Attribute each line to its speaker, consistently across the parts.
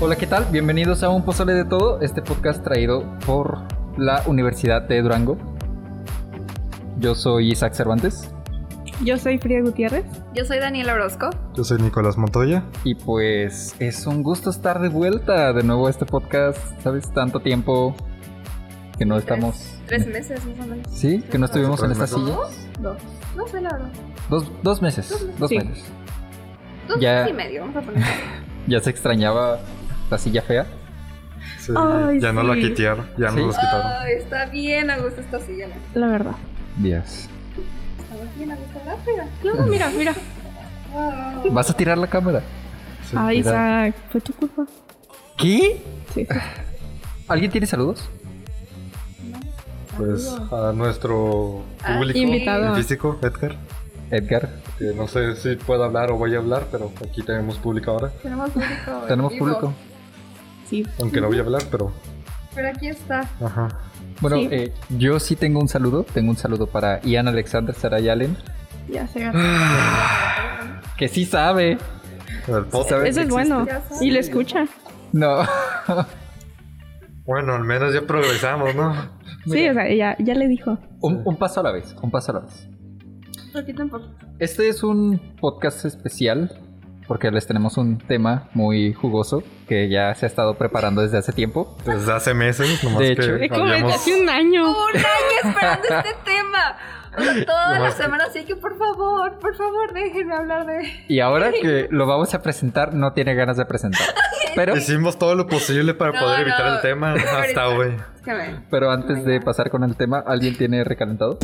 Speaker 1: Hola, ¿qué tal? Bienvenidos a Un Pozole de Todo, este podcast traído por la Universidad de Durango. Yo soy Isaac Cervantes
Speaker 2: Yo soy Frida Gutiérrez.
Speaker 3: Yo soy Daniela Orozco.
Speaker 4: Yo soy Nicolás Montoya.
Speaker 1: y pues es un gusto estar de vuelta de nuevo a este podcast, ¿sabes? Tanto tiempo que no estamos...
Speaker 3: Tres meses más o menos.
Speaker 1: Sí, que no estuvimos en esta
Speaker 4: Tres
Speaker 1: silla.
Speaker 3: ¿Dos? Dos. No sé, la verdad.
Speaker 1: Dos, dos meses, dos
Speaker 2: Sí.
Speaker 1: meses.
Speaker 3: Dos
Speaker 1: Ya.
Speaker 3: meses y medio, vamos a poner.
Speaker 1: Ya se extrañaba la silla fea.
Speaker 4: Sí,
Speaker 2: Ay,
Speaker 4: ya no la
Speaker 2: sí.
Speaker 4: quitaron, ya
Speaker 1: Sí.
Speaker 4: no los quitaron.
Speaker 3: Ay, Ah, está bien a gusto esta silla. la neta.
Speaker 2: La verdad.
Speaker 1: Dios.
Speaker 3: Está bien a gusto ah. la pega.
Speaker 2: No, mira, mira.
Speaker 3: Wow.
Speaker 1: ¿Vas a tirar la cámara?
Speaker 4: Sí.
Speaker 2: Ay,
Speaker 1: mira.
Speaker 2: Isaac, fue tu culpa.
Speaker 1: ¿Qué?
Speaker 2: Sí, sí.
Speaker 1: ¿Alguien tiene saludos?
Speaker 4: Pues a nuestro
Speaker 3: Ah,
Speaker 4: público
Speaker 2: invitado.
Speaker 4: en físico, Edgar,
Speaker 1: Edgar,
Speaker 4: que no sé si puedo hablar o voy a hablar, pero aquí tenemos público ahora.
Speaker 3: Tenemos público.
Speaker 1: tenemos
Speaker 3: en vivo.
Speaker 1: público.
Speaker 2: Sí.
Speaker 4: Aunque no voy a hablar, pero.
Speaker 3: Pero aquí está.
Speaker 4: Ajá.
Speaker 1: Bueno,
Speaker 2: Sí.
Speaker 1: eh, yo sí tengo un saludo. Tengo un saludo para Ian Alexander Sarayalen,
Speaker 2: Ya se
Speaker 4: Ah,
Speaker 2: ganó.
Speaker 1: que sí sabe.
Speaker 4: El podcast.
Speaker 1: ¿Sabes
Speaker 2: Eso
Speaker 1: que
Speaker 2: es bueno.
Speaker 3: Ya sabes.
Speaker 2: Y lo escucha.
Speaker 1: No.
Speaker 4: Bueno, al menos ya progresamos, ¿no?
Speaker 2: Sí, o sea, ya, ya le dijo.
Speaker 1: Un, un paso a la vez, un paso a la vez.
Speaker 3: Aquí tampoco.
Speaker 1: Este es un podcast especial porque les tenemos un tema muy jugoso que ya se ha estado preparando desde hace tiempo.
Speaker 4: Desde hace meses, nomás
Speaker 1: De
Speaker 4: que
Speaker 1: hecho.
Speaker 2: Es como desde
Speaker 4: Pues habíamos.
Speaker 2: hace un año.
Speaker 3: Un año esperando este tema. O sea, todas
Speaker 4: No,
Speaker 3: las
Speaker 4: es que-
Speaker 3: semanas, así que por favor, por favor, déjenme hablar de.
Speaker 1: Y ahora que lo vamos a presentar, no tiene ganas de presentar. Pero,
Speaker 4: Hicimos todo lo posible para
Speaker 3: No,
Speaker 4: poder
Speaker 3: no.
Speaker 4: evitar el tema hasta hoy.
Speaker 3: Es que ven.
Speaker 1: pero antes de pasar con el tema, ¿alguien tiene recalentado?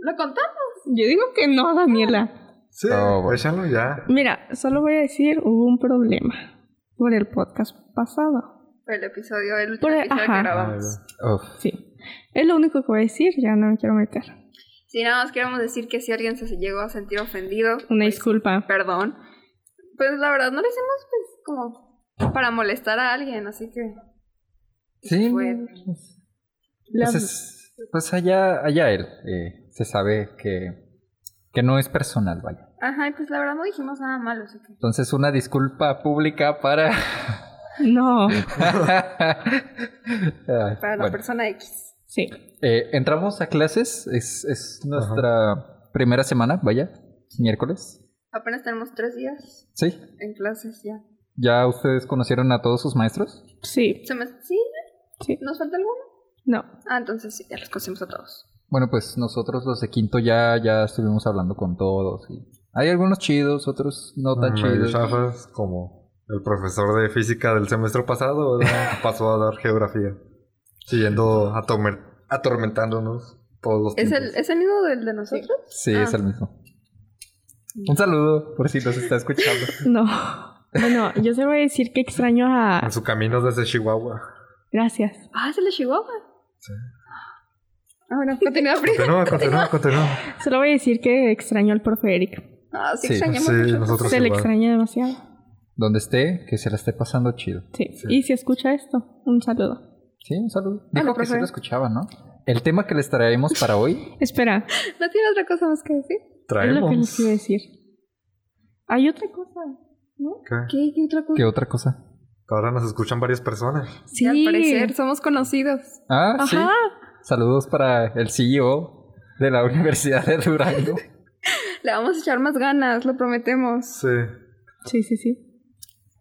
Speaker 3: ¿Lo contamos?
Speaker 2: Yo digo que no, Daniela.
Speaker 4: Sí,
Speaker 1: Oh, bueno.
Speaker 4: échalo ya.
Speaker 2: Mira, solo voy a decir, hubo un problema por el podcast pasado.
Speaker 3: Fue el episodio, el último
Speaker 2: Por-
Speaker 3: episodio
Speaker 2: ajá.
Speaker 3: que
Speaker 4: Ah,
Speaker 3: grabamos.
Speaker 1: Uf.
Speaker 2: Sí. Es lo único que voy a decir, ya no me quiero meter.
Speaker 3: Si nada más queremos decir que si alguien se llegó a sentir ofendido,
Speaker 2: Una
Speaker 3: pues,
Speaker 2: disculpa.
Speaker 3: perdón. Pues la verdad no lo hicimos pues como para molestar a alguien, así que
Speaker 1: Sí.
Speaker 3: Bueno.
Speaker 2: La-
Speaker 1: Pues, es- pues allá, allá él eh, se sabe que, que no es personal, vaya.
Speaker 3: ajá, y pues la verdad no dijimos nada malo, así que
Speaker 1: Entonces una disculpa pública para...
Speaker 2: No.
Speaker 1: Ay,
Speaker 3: para la
Speaker 1: bueno.
Speaker 3: persona X.
Speaker 2: Sí.
Speaker 1: Eh, entramos a clases, es, es nuestra primera semana, vaya, es miércoles.
Speaker 3: Apenas tenemos tres días
Speaker 1: Sí,
Speaker 3: en clases ya.
Speaker 1: ya ustedes conocieron a todos sus maestros.
Speaker 2: Sí.
Speaker 3: ¿Se me... ¿Sí?
Speaker 2: Sí.
Speaker 3: ¿Nos falta alguno?
Speaker 2: No.
Speaker 3: Ah, entonces sí, ya los conocimos a todos.
Speaker 1: Bueno, pues nosotros los de quinto ya, ya estuvimos hablando con todos. Y hay algunos chidos, otros no tan
Speaker 4: Medio
Speaker 1: chidos.
Speaker 4: chafas, como el profesor de física del semestre pasado, ¿verdad? pasó a dar geografía, siguiendo atomer- atormentándonos todos los
Speaker 3: ¿Es el,
Speaker 4: tiempos.
Speaker 3: ¿Es el mismo del de nosotros?
Speaker 1: Sí,
Speaker 3: Ah.
Speaker 1: es el mismo. Un saludo por si nos está escuchando.
Speaker 2: No. Bueno, yo solo voy a decir que extraño a...
Speaker 4: En su camino desde Chihuahua.
Speaker 2: Gracias.
Speaker 3: Ah, es el de Chihuahua.
Speaker 4: Sí.
Speaker 3: Ah, bueno, continúa Frida.
Speaker 4: Continúa, continúa, continúa.
Speaker 2: Solo voy a decir que extraño al profe Eric.
Speaker 3: Ah, sí,
Speaker 1: Sí,
Speaker 3: extrañamos
Speaker 4: sí,
Speaker 3: mucho.
Speaker 4: nosotros-
Speaker 2: Se le
Speaker 4: igual.
Speaker 2: extraña demasiado.
Speaker 1: Donde esté, que se la esté pasando chido.
Speaker 2: Sí.
Speaker 4: Sí.
Speaker 2: Y si escucha esto, un saludo.
Speaker 1: Sí, un saludo. Dijo que sí
Speaker 3: profe.
Speaker 1: lo escuchaba, ¿no? El tema que les traemos para hoy,
Speaker 2: Espera,
Speaker 3: ¿No tiene otra cosa más que decir?
Speaker 2: es lo que
Speaker 4: Traemos.
Speaker 2: les iba a decir. Hay otra cosa.
Speaker 4: ¿Qué?
Speaker 3: ¿Qué, qué otra cosa?
Speaker 1: ¿qué otra cosa?
Speaker 4: Ahora nos escuchan varias personas.
Speaker 3: Sí, al parecer somos conocidos.
Speaker 1: Ah, sí.
Speaker 2: Ajá.
Speaker 1: Saludos para el CEO de la Universidad de Durango.
Speaker 3: Le vamos a echar más ganas, lo prometemos.
Speaker 4: Sí.
Speaker 2: Sí, sí, sí.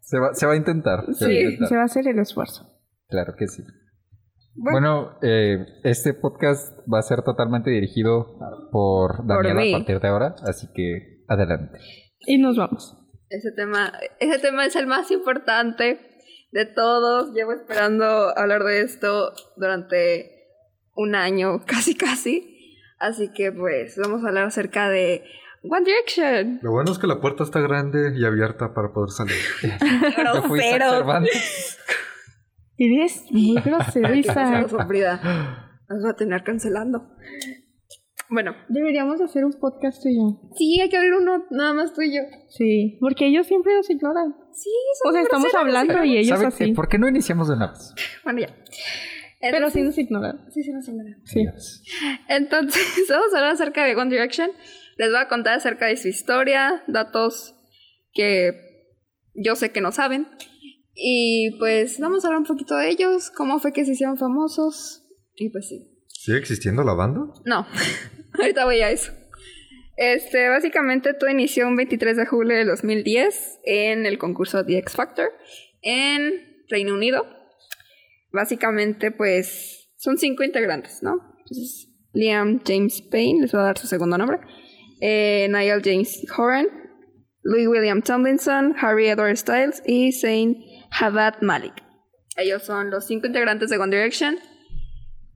Speaker 1: Se va, se va a intentar. se va a
Speaker 3: Sí,
Speaker 1: intentar.
Speaker 2: Se va a hacer el esfuerzo.
Speaker 1: Claro que sí.
Speaker 3: Bueno,
Speaker 1: Bueno, eh, este podcast va a ser totalmente dirigido por Daniela
Speaker 3: mí.
Speaker 1: a partir de ahora, así que adelante.
Speaker 2: Y nos vamos.
Speaker 3: ese tema, ese tema es el más importante de todos. Llevo esperando hablar de esto durante un año, casi casi. Así que pues vamos a hablar acerca de One Direction.
Speaker 4: Lo bueno es que la puerta está grande y abierta para poder salir.
Speaker 1: Yo fui Isaac
Speaker 3: Grosero.
Speaker 1: Cervantes.
Speaker 2: Eres muy grosero,
Speaker 3: Esa
Speaker 2: Isaac.
Speaker 3: sufrida. Nos va a tener cancelando. Bueno,
Speaker 2: Deberíamos hacer un podcast tú y yo.
Speaker 3: sí, hay que abrir uno, nada más tú y yo.
Speaker 2: Sí, porque ellos siempre nos ignoran.
Speaker 3: Sí,
Speaker 2: O sea, estamos hablando y ellos
Speaker 1: ¿Saben qué?
Speaker 2: así.
Speaker 1: ¿Por qué no iniciamos de una vez?
Speaker 3: Bueno, ya.
Speaker 2: Pero sí
Speaker 3: sí,
Speaker 2: nos ignoran.
Speaker 3: sí, sí, no se me da.
Speaker 2: Sí.
Speaker 3: Entonces, vamos a hablar acerca de One Direction. Les voy a contar acerca de su historia, datos que yo sé que no saben. Y pues vamos a hablar un poquito de ellos, cómo fue que se hicieron famosos. Y pues sí.
Speaker 4: ¿Sigue existiendo la banda?
Speaker 3: No, ahorita voy a eso. Este, básicamente todo inició un 23 de julio de 2010 en el concurso The X Factor en Reino Unido. Básicamente, pues, son cinco integrantes, ¿no? Entonces, Liam James Payne, les voy a dar su segundo nombre. eh, Niall James Horan, Louis William Tomlinson, Harry Edward Styles y Zayn Haddad Malik. Ellos son los cinco integrantes de One Direction.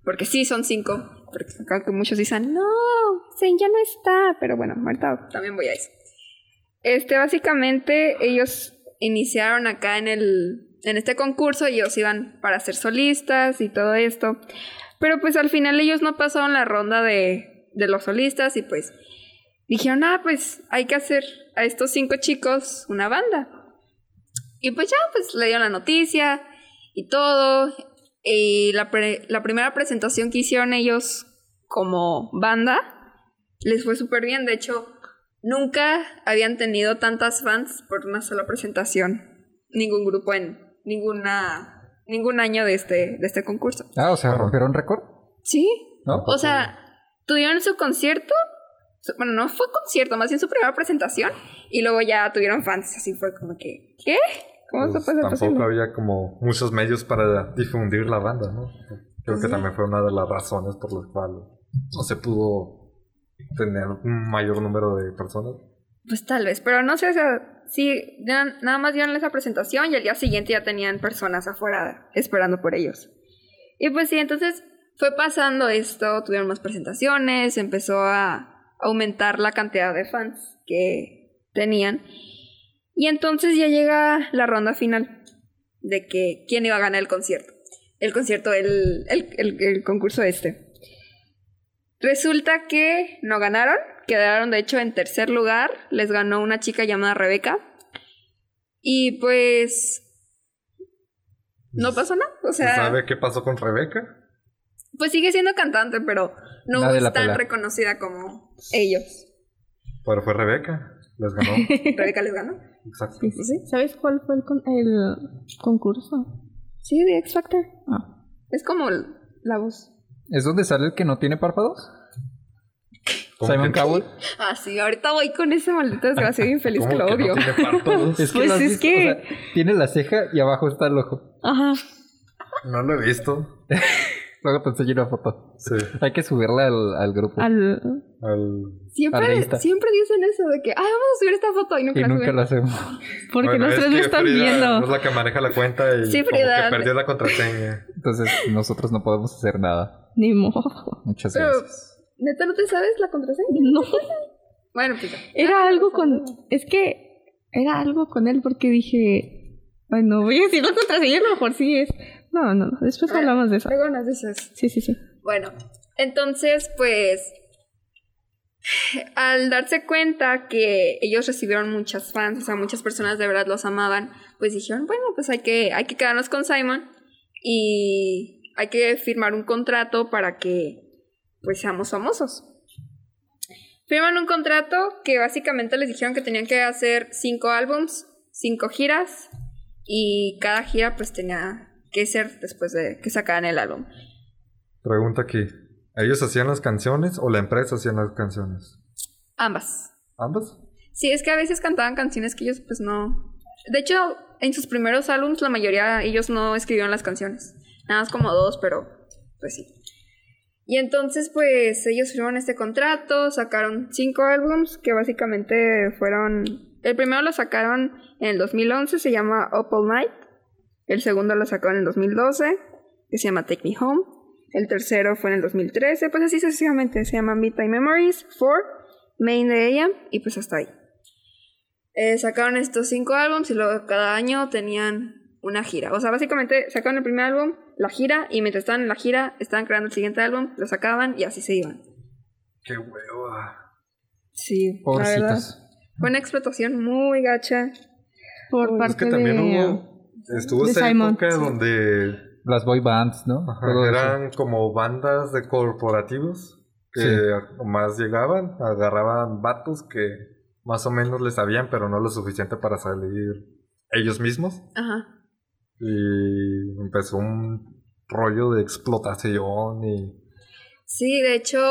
Speaker 3: Porque sí, son cinco. Porque creo que muchos dicen, no, Zayn ya no está. Pero bueno, ahorita también voy a eso. Este, básicamente, ellos iniciaron acá en el. en este concurso. y Ellos iban para ser solistas y todo esto. Pero pues al final ellos no pasaron la ronda de, de los solistas. Y pues dijeron, ah, pues hay que hacer a estos cinco chicos una banda. Y pues ya, pues le dieron la noticia y todo. Y la, pre- la primera presentación que hicieron ellos como banda les fue súper bien. De hecho, nunca habían tenido tantas fans por una sola presentación. Ningún grupo en ninguna, ningún año de este, de este concurso.
Speaker 1: Ah, o sea,
Speaker 4: Ajá.
Speaker 1: rompieron récord,
Speaker 3: Sí,
Speaker 1: ¿no?
Speaker 3: o sea, tuvieron su concierto. su- Bueno, no fue concierto, más bien su primera presentación. Y luego ya tuvieron fans. Así fue como que, ¿qué? ¿Cómo
Speaker 4: Pues,
Speaker 3: se puede ser
Speaker 4: Tampoco
Speaker 3: posible?
Speaker 4: había como muchos medios para difundir la banda, ¿no? Creo que
Speaker 3: Sí.
Speaker 4: también fue una de las razones por las cuales no se pudo tener un mayor número de personas.
Speaker 3: Pues tal vez, pero no sé, o sea, sí, na- nada más dieron esa presentación y al día siguiente ya tenían personas afuera esperando por ellos. Y pues sí, entonces fue pasando esto, tuvieron más presentaciones, empezó a aumentar la cantidad de fans que tenían. Y entonces ya llega la ronda final de que quién iba a ganar el concierto. El concierto, el, el, el- el concurso este. Resulta que no ganaron, quedaron de hecho en tercer lugar, les ganó una chica llamada Rebeca. Y pues no pasó nada, o
Speaker 4: ¿Se
Speaker 3: sea...
Speaker 4: ¿Sabe qué pasó con Rebeca?
Speaker 3: Pues sigue siendo cantante, pero no
Speaker 1: Nadie
Speaker 3: es
Speaker 1: la
Speaker 3: tan
Speaker 1: pela.
Speaker 3: reconocida como ellos.
Speaker 4: Pero fue Rebeca, les ganó.
Speaker 3: Rebeca les ganó.
Speaker 4: Exacto.
Speaker 2: Sí, sí, sí. ¿Sabes cuál fue el, con- el concurso?
Speaker 3: Sí, de X Factor.
Speaker 2: Ah.
Speaker 3: Es como el- la voz.
Speaker 1: ¿Es donde sale el que no tiene párpados?
Speaker 4: ¿Cómo
Speaker 1: Simon
Speaker 4: que-
Speaker 1: Cowell.
Speaker 3: Ah, sí, ahorita voy con ese maldito desgraciado infeliz
Speaker 4: cómo
Speaker 3: que lo
Speaker 4: que
Speaker 3: odio.
Speaker 4: No tiene párpados?
Speaker 1: Es que
Speaker 2: Pues
Speaker 1: lo has
Speaker 2: es
Speaker 1: visto,
Speaker 2: que-
Speaker 1: o sea, tiene la ceja y abajo está el ojo.
Speaker 2: Ajá.
Speaker 4: No lo he visto.
Speaker 1: Luego te enseño una foto.
Speaker 4: Sí.
Speaker 1: Hay que subirla al, al grupo.
Speaker 2: Al...
Speaker 4: al-
Speaker 1: A la
Speaker 3: Siempre,
Speaker 1: lista.
Speaker 3: siempre dicen eso de que, ay, vamos a subir esta foto y nunca
Speaker 1: y
Speaker 3: la
Speaker 1: nunca
Speaker 3: suben.
Speaker 1: lo hacemos.
Speaker 2: Porque
Speaker 4: Bueno,
Speaker 2: los
Speaker 4: es
Speaker 2: tres lo
Speaker 4: que
Speaker 2: están
Speaker 4: Frida
Speaker 2: viendo.
Speaker 4: Es la que maneja la cuenta y
Speaker 3: Sí,
Speaker 4: como que
Speaker 3: Frida.
Speaker 4: perdió la contraseña.
Speaker 1: Entonces nosotros no podemos hacer nada.
Speaker 2: Ni modo.
Speaker 1: Muchas
Speaker 3: Pero-
Speaker 1: gracias.
Speaker 3: ¿Neta no te sabes la contraseña?
Speaker 2: No.
Speaker 3: Bueno, pues ya.
Speaker 2: Era algo con. Es que era algo con él porque dije. Ay, no voy a decir la contraseña, a lo mejor sí es. No, no, no. Después
Speaker 3: Ah.
Speaker 2: hablamos de eso.
Speaker 3: Luego nos dices.
Speaker 2: Sí, sí, sí.
Speaker 3: Bueno, entonces, pues, al darse cuenta que ellos recibieron muchas fans, o sea, muchas personas de verdad los amaban, pues dijeron, bueno, pues hay que, hay que quedarnos con Simon y hay que firmar un contrato para que, pues, seamos famosos. Firman un contrato que básicamente les dijeron que tenían que hacer cinco álbums, cinco giras, y cada gira pues tenía que ser después de que sacaran el álbum.
Speaker 4: Pregunta aquí. ¿Ellos hacían las canciones o la empresa hacía las canciones?
Speaker 3: Ambas.
Speaker 4: ¿Ambas?
Speaker 3: Sí, es que a veces cantaban canciones que ellos pues no... De hecho, en sus primeros álbums la mayoría ellos no escribieron las canciones. Nada más como dos, pero pues sí. Y entonces pues ellos firmaron este contrato, sacaron cinco álbums que básicamente fueron... El primero lo sacaron en el 2011, se llama Up All Night. El segundo lo sacaron en el 2012, que se llama Take Me Home. El tercero fue en el 2013, pues así sucesivamente. Se llama Midtime Memories, Four, Main de AM y pues hasta ahí. Eh, sacaron estos cinco álbumes y luego cada año tenían una gira. O sea, básicamente sacaron el primer álbum, la gira, y mientras estaban en la gira, estaban creando el siguiente álbum, lo sacaban y así se iban.
Speaker 4: ¡Qué hueva!
Speaker 3: Sí, la verdad.
Speaker 1: Pobrecitos.
Speaker 3: Fue una explotación muy gacha.
Speaker 2: Por
Speaker 4: Es
Speaker 2: parte
Speaker 4: que también
Speaker 2: de. um,
Speaker 4: hubo... Estuvo
Speaker 2: de
Speaker 4: esa
Speaker 2: Simon,
Speaker 4: época
Speaker 2: sí.
Speaker 4: donde
Speaker 1: Las boy bands, ¿no?
Speaker 4: Ajá,
Speaker 1: Todo eso.
Speaker 4: eran como bandas de corporativos que
Speaker 1: Sí.
Speaker 4: más llegaban, agarraban vatos que más o menos les sabían, pero no lo suficiente para salir ellos mismos.
Speaker 3: Ajá.
Speaker 4: Y empezó un rollo de explotación y...
Speaker 3: Sí, de hecho,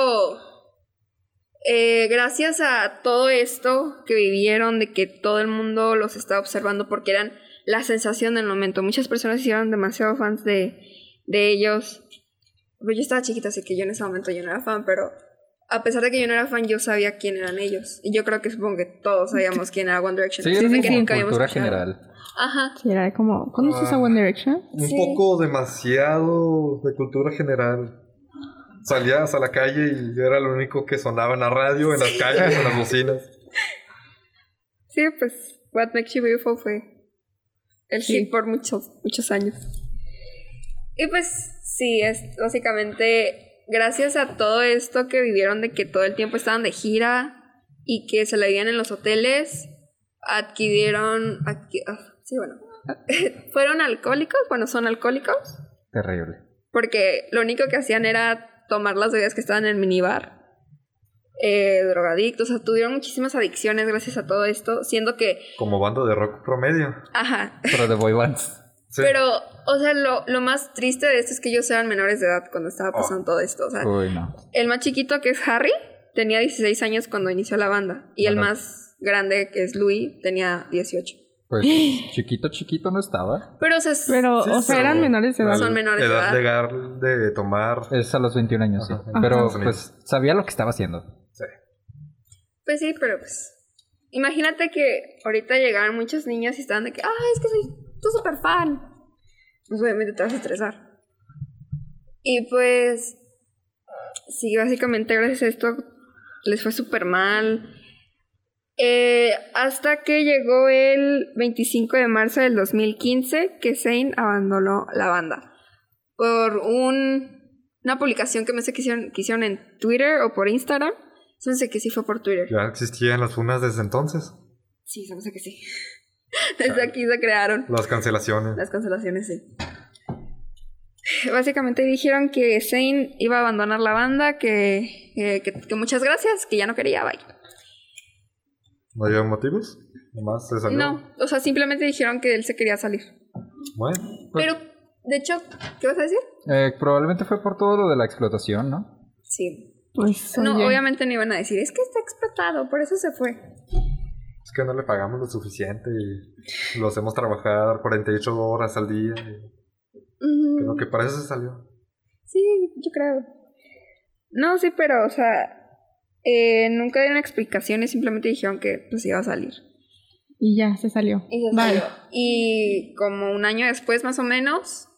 Speaker 3: eh, gracias a todo esto que vivieron, de que todo el mundo los estaba observando porque eran la sensación del momento. Muchas personas se hicieron demasiado fans de, de ellos. Pues yo estaba chiquita, así que yo en ese momento yo no era fan, pero a pesar de que yo no era fan, yo sabía quién eran ellos. Y yo creo que supongo que todos sabíamos quién era One Direction.
Speaker 1: Sí,
Speaker 3: a pesar
Speaker 1: es
Speaker 3: de
Speaker 1: como
Speaker 3: que nunca habíamos
Speaker 1: cultura
Speaker 3: escuchado.
Speaker 1: general.
Speaker 3: Ajá.
Speaker 2: Sí, era como, ¿conoces
Speaker 4: Ah.
Speaker 2: a One Direction?
Speaker 4: Un
Speaker 3: Sí.
Speaker 4: poco demasiado de cultura general. Salías a la calle y yo era el único que sonaba en la radio, en las calles, en las bocinas.
Speaker 3: Sí, pues What Makes You Beautiful fue el
Speaker 2: Sí.
Speaker 3: hit por muchos, muchos años. Y pues sí, es básicamente gracias a todo esto que vivieron de que todo el tiempo estaban de gira y que se la vivían en los hoteles, adquirieron... adqui- ah, sí, bueno. ¿Fueron alcohólicos? Bueno, son alcohólicos.
Speaker 1: Terrible.
Speaker 3: Porque lo único que hacían era tomar las bebidas que estaban en el minibar. eh, drogadictos, o sea, tuvieron muchísimas adicciones gracias a todo esto, siendo que
Speaker 4: Como banda de rock promedio.
Speaker 3: Ajá.
Speaker 1: Pero de boy bands.
Speaker 4: Sí.
Speaker 3: Pero, o sea, lo, lo más triste de esto es que ellos eran menores de edad cuando estaba pasando todo esto. O sea,
Speaker 1: Uy, no.
Speaker 3: el más chiquito que es Harry tenía 16 años cuando inició la banda. Y el
Speaker 1: Ajá.
Speaker 3: más grande que es Louis tenía 18.
Speaker 1: Pues chiquito, chiquito no estaba.
Speaker 3: Pero, o sea, es-
Speaker 2: Pero,
Speaker 4: Sí,
Speaker 2: o sea, eran
Speaker 4: pero-
Speaker 2: menores de edad.
Speaker 3: Son menores de
Speaker 4: edad
Speaker 3: edad.
Speaker 4: legal de tomar.
Speaker 1: Es a los 21 años,
Speaker 4: Ajá.
Speaker 1: sí. Pero
Speaker 4: Ajá.
Speaker 1: pues sabía lo que estaba haciendo.
Speaker 4: Sí.
Speaker 3: pues sí, pero pues. Imagínate que ahorita llegaban muchos niños y estaban de que, ah, es que soy tu super fan. Pues obviamente te vas a estresar. Y pues, sí, básicamente gracias a esto les fue súper mal. Eh, hasta que llegó el 25 de marzo del 2015 que Zayn abandonó la banda. Por un- una publicación que me sé que hicieron, que hicieron en Twitter o por Instagram. Se me hace que sí fue por Twitter.
Speaker 4: Ya existían las funas desde entonces.
Speaker 3: Sí, se me hace que sí. Desde aquí se crearon.
Speaker 4: Las cancelaciones.
Speaker 3: Las cancelaciones, sí. Básicamente dijeron que Zane iba a abandonar la banda, que, eh, que, que- que muchas gracias, que ya no quería, bye.
Speaker 4: ¿No había motivos? Nomás se salió.
Speaker 3: No, o sea, simplemente dijeron que él se quería salir.
Speaker 4: Bueno,
Speaker 1: Pues-
Speaker 3: Pero, de hecho, ¿qué vas a decir?
Speaker 1: Eh, probablemente fue por todo lo de la explotación, ¿no?
Speaker 3: Sí.
Speaker 2: Pues,
Speaker 3: No,
Speaker 2: oye,
Speaker 3: obviamente no iban a decir, es que está explotado, por eso se fue.
Speaker 4: es que no le pagamos lo suficiente y lo hacemos trabajar 48 horas al día. y
Speaker 3: Mm.
Speaker 4: Creo que para eso se salió.
Speaker 3: Sí, yo creo. No, sí, pero, o sea, eh, nunca dieron explicaciones, simplemente dijeron que pues iba a salir.
Speaker 2: Y ya, se salió.
Speaker 3: Y, se
Speaker 2: Bye.
Speaker 3: salió. Y como un año después, más o menos,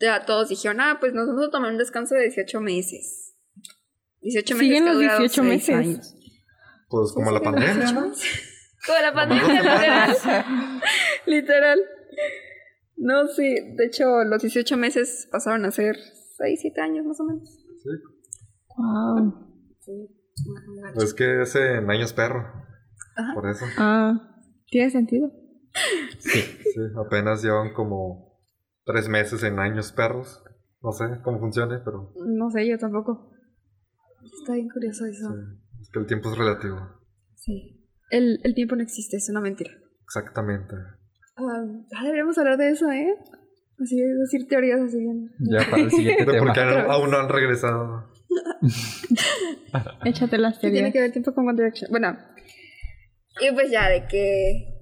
Speaker 3: ya todos dijeron, ah, pues nos vamos a tomar un descanso de 18 meses. 18 meses.
Speaker 2: Siguen
Speaker 3: que ha
Speaker 2: los
Speaker 3: durado
Speaker 2: 18
Speaker 3: seis
Speaker 2: meses.
Speaker 3: años.
Speaker 4: Pues como la
Speaker 3: Siguen los
Speaker 4: pandemia,
Speaker 3: 18
Speaker 4: ¿no?
Speaker 3: meses. Como la
Speaker 4: Nomás
Speaker 3: pandemia,
Speaker 4: dos
Speaker 3: literal. literal. No, sí, de hecho, los 18 meses pasaron a ser 6, 7 años más o menos.
Speaker 2: Wow.
Speaker 3: Sí,
Speaker 4: Es que es en años perro.
Speaker 3: Ajá.
Speaker 4: Por eso.
Speaker 2: Ah, tiene sentido.
Speaker 4: Sí, apenas llevan como tres meses en años perros. No sé cómo funcione, pero
Speaker 2: No sé, yo tampoco.
Speaker 3: Está bien curioso
Speaker 4: sí,
Speaker 3: eso.
Speaker 4: es que el tiempo es relativo.
Speaker 3: Sí. El, el tiempo no existe, es una mentira.
Speaker 4: Exactamente.
Speaker 3: Ah, ah, deberíamos hablar de eso, ¿eh? Así decir teorías así bien.
Speaker 1: Ya para el siguiente
Speaker 4: Pero
Speaker 1: tema.
Speaker 4: porque
Speaker 3: Otra vez.
Speaker 4: aún no han regresado.
Speaker 2: Échate las
Speaker 3: ¿Qué tiene
Speaker 2: teorías.
Speaker 3: que ver el tiempo con One Direction? Bueno. Y pues ya, de que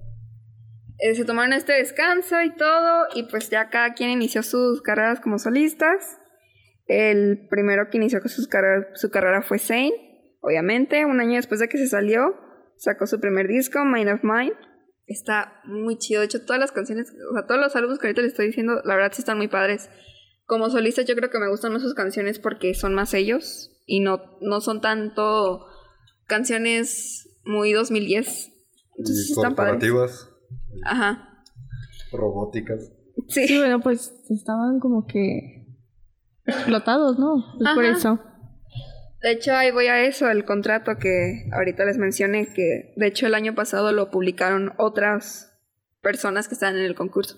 Speaker 3: eh, se tomaron este descanso y todo, y pues ya cada quien inició sus carreras como solistas. El primero que inició con sus carreras- su carrera fue Zane, obviamente. Un año después de que se salió, sacó su primer disco, Mind of Mine. Está muy chido. De hecho, todas las canciones, o sea, todos los álbumes que ahorita les estoy diciendo, la verdad sí están muy padres. Como solista, yo creo que me gustan más sus canciones porque son más ellos y no, no son tanto canciones muy 2010. Entonces sí
Speaker 4: Y
Speaker 3: están padres.
Speaker 4: corporativas,
Speaker 3: Ajá.
Speaker 4: robóticas.
Speaker 2: Sí,
Speaker 3: Sí.
Speaker 2: bueno, pues estaban como que explotados, ¿no? Pues por
Speaker 3: Ajá.
Speaker 2: eso.
Speaker 3: De hecho, ahí voy a eso, el contrato que ahorita les mencioné, que de hecho el año pasado lo publicaron otras personas que estaban en el concurso.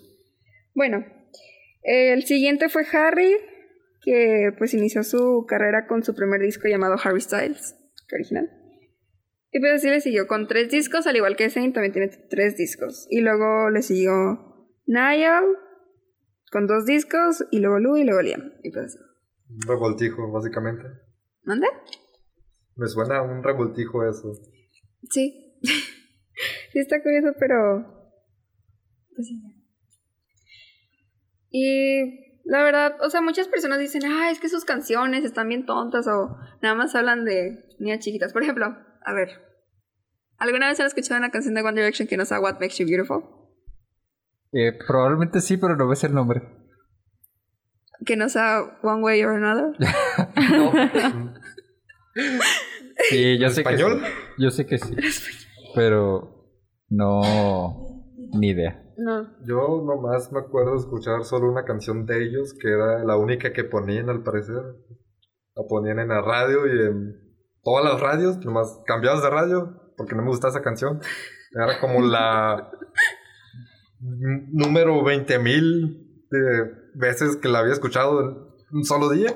Speaker 3: Bueno, el siguiente fue Harry, que pues inició su carrera con su primer disco llamado Harry Styles, que original. Y pero sí le siguió con tres discos, al igual que Zane también tiene tres discos. Y luego le siguió Niall con dos discos, y luego Lou y luego Liam. Y pues así.
Speaker 4: Un revoltijo, básicamente.
Speaker 3: ¿Mande?
Speaker 4: Me suena a un revoltijo eso.
Speaker 3: Sí. sí está curioso, pero... Pues sí. ya. Y la verdad, o sea, muchas personas dicen, ah, es que sus canciones están bien tontas o nada más hablan de niñas chiquitas. Por ejemplo, a ver, ¿alguna vez han escuchado una canción de One Direction que no sea What Makes You Beautiful?
Speaker 1: Eh, probablemente sí, pero no ves el nombre.
Speaker 3: Que no sea One Way or Another.
Speaker 1: No. sí, yo
Speaker 4: ¿En
Speaker 1: sé
Speaker 4: español?
Speaker 1: que sí. Yo sé que sí. Pero no ni idea.
Speaker 3: No.
Speaker 4: Yo nomás me acuerdo de escuchar solo una canción de ellos, que era la única que ponían al parecer. La ponían en la radio y en todas las radios, nomás cambiabas de radio, porque no me gustaba esa canción. Era como la n- número 20.000 de veces que la había escuchado en un solo día.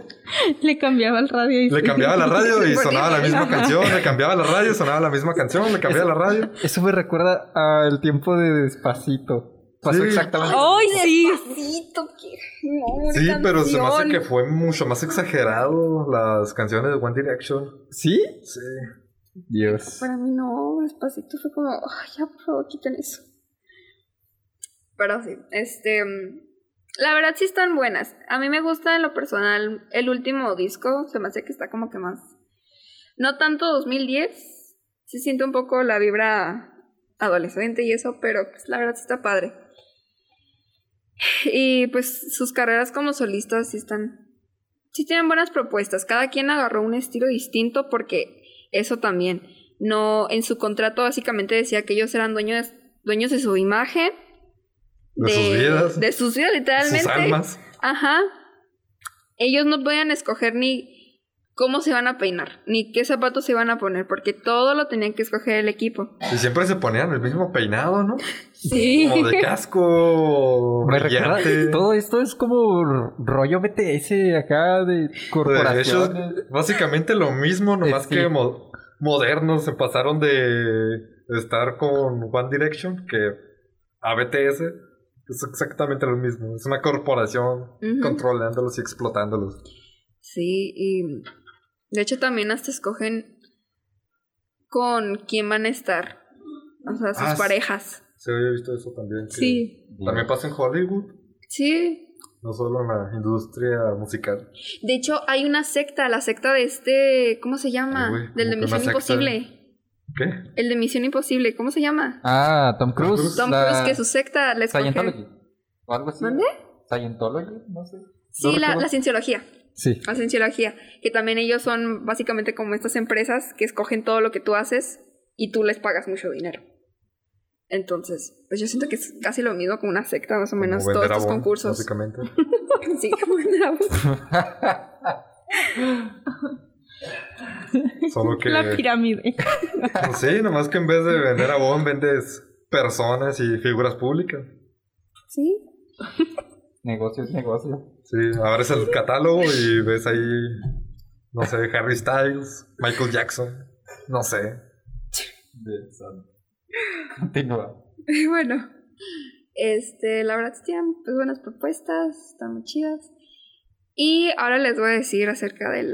Speaker 2: Le cambiaba el radio y
Speaker 4: Le cambiaba la radio y
Speaker 3: Porque-
Speaker 4: sonaba la misma canción, le cambiaba la radio, y sonaba la misma canción, le cambiaba la radio.
Speaker 1: Eso me recuerda al tiempo de Despacito. Pasó
Speaker 4: Sí.
Speaker 1: exactamente.
Speaker 3: Oh.
Speaker 2: ¡Ay, sí!
Speaker 3: Despacito, que... No, una
Speaker 4: Sí, pero se me hace
Speaker 3: canción.
Speaker 4: que fue mucho más exagerado las canciones de One Direction.
Speaker 1: ¿Sí?
Speaker 4: Sí.
Speaker 1: Dios.
Speaker 3: Para mí no, despacito fue como, ay, ya por favor, quiten eso. Pero sí, este. mm, La verdad sí están buenas. A mí me gusta en lo personal el último disco, se me hace que está como que más. No tanto 2010, sí siento un poco la vibra adolescente y eso, pero pues la verdad sí está padre. Y pues sus carreras como solistas sí están. Sí tienen buenas propuestas. Cada quien agarró un estilo distinto porque eso también. No, en su contrato básicamente decía que ellos eran dueños, dueños de su imagen.
Speaker 4: De sus vidas.
Speaker 3: De sus vidas, literalmente.
Speaker 4: Sus almas.
Speaker 3: Ajá. Ellos no podían escoger ni cómo se van a peinar, ni qué zapatos se van a poner, porque todo lo tenían que escoger el equipo.
Speaker 4: Y siempre se ponían el mismo peinado, ¿no?
Speaker 2: Sí.
Speaker 4: Como de casco.
Speaker 1: Me recuerda,
Speaker 4: brillante.
Speaker 1: todo esto es como rollo BTS acá de
Speaker 4: Pues De hecho,
Speaker 1: corporaciones.
Speaker 4: básicamente lo mismo, nomás
Speaker 1: Sí.
Speaker 4: que mo- modernos. Se pasaron de estar con One Direction que a BTS. Es exactamente lo mismo. Es una corporación
Speaker 3: Ujú.
Speaker 4: controlándolos y explotándolos.
Speaker 3: Sí, y de hecho también hasta escogen con quién van a estar, o sea, sus
Speaker 4: Ah, sí.
Speaker 3: parejas.
Speaker 4: Se había visto eso también. que
Speaker 2: Sí.
Speaker 4: También pasa en Hollywood.
Speaker 3: Sí.
Speaker 4: No solo en la industria musical.
Speaker 3: De hecho, hay una secta, la secta de este, ¿cómo se llama?
Speaker 4: Ay, güey,
Speaker 3: Del de
Speaker 4: como que una
Speaker 3: Misión
Speaker 4: secta.
Speaker 3: Imposible.
Speaker 4: ¿Qué?
Speaker 3: El de Misión Imposible, ¿cómo se llama?
Speaker 1: Ah, Tom Cruise.
Speaker 3: Tom
Speaker 1: la-
Speaker 3: Cruise, que su secta la escoge.
Speaker 1: Scientology. ¿O algo así?
Speaker 3: ¿Mande?
Speaker 1: Scientology, no sé.
Speaker 3: Sí,
Speaker 1: No
Speaker 3: la,
Speaker 1: recuerdo.
Speaker 3: la cienciología.
Speaker 1: Sí.
Speaker 3: a Cienciología, que también ellos son básicamente como estas empresas que escogen todo lo que tú haces y tú les pagas mucho dinero. Entonces, pues yo siento que es casi lo mismo con una secta, más o menos,
Speaker 4: Como
Speaker 3: todos
Speaker 4: vender
Speaker 3: estos
Speaker 4: abón,
Speaker 3: concursos.
Speaker 4: Básicamente.
Speaker 3: Sí, como vender abón.
Speaker 4: Solo que. pues
Speaker 2: La pirámide.
Speaker 4: Sí, nomás que en vez de vender abón, vendes personas y figuras públicas.
Speaker 3: Sí,
Speaker 1: Negocio es negocio.
Speaker 4: Sí, abres el catálogo y ves ahí, no sé, Harry Styles, Michael Jackson, no sé.
Speaker 1: De san- Continúa.
Speaker 3: bueno, este, la verdad sí tienen pues, buenas propuestas, están muy chidas. Y ahora les voy a decir acerca de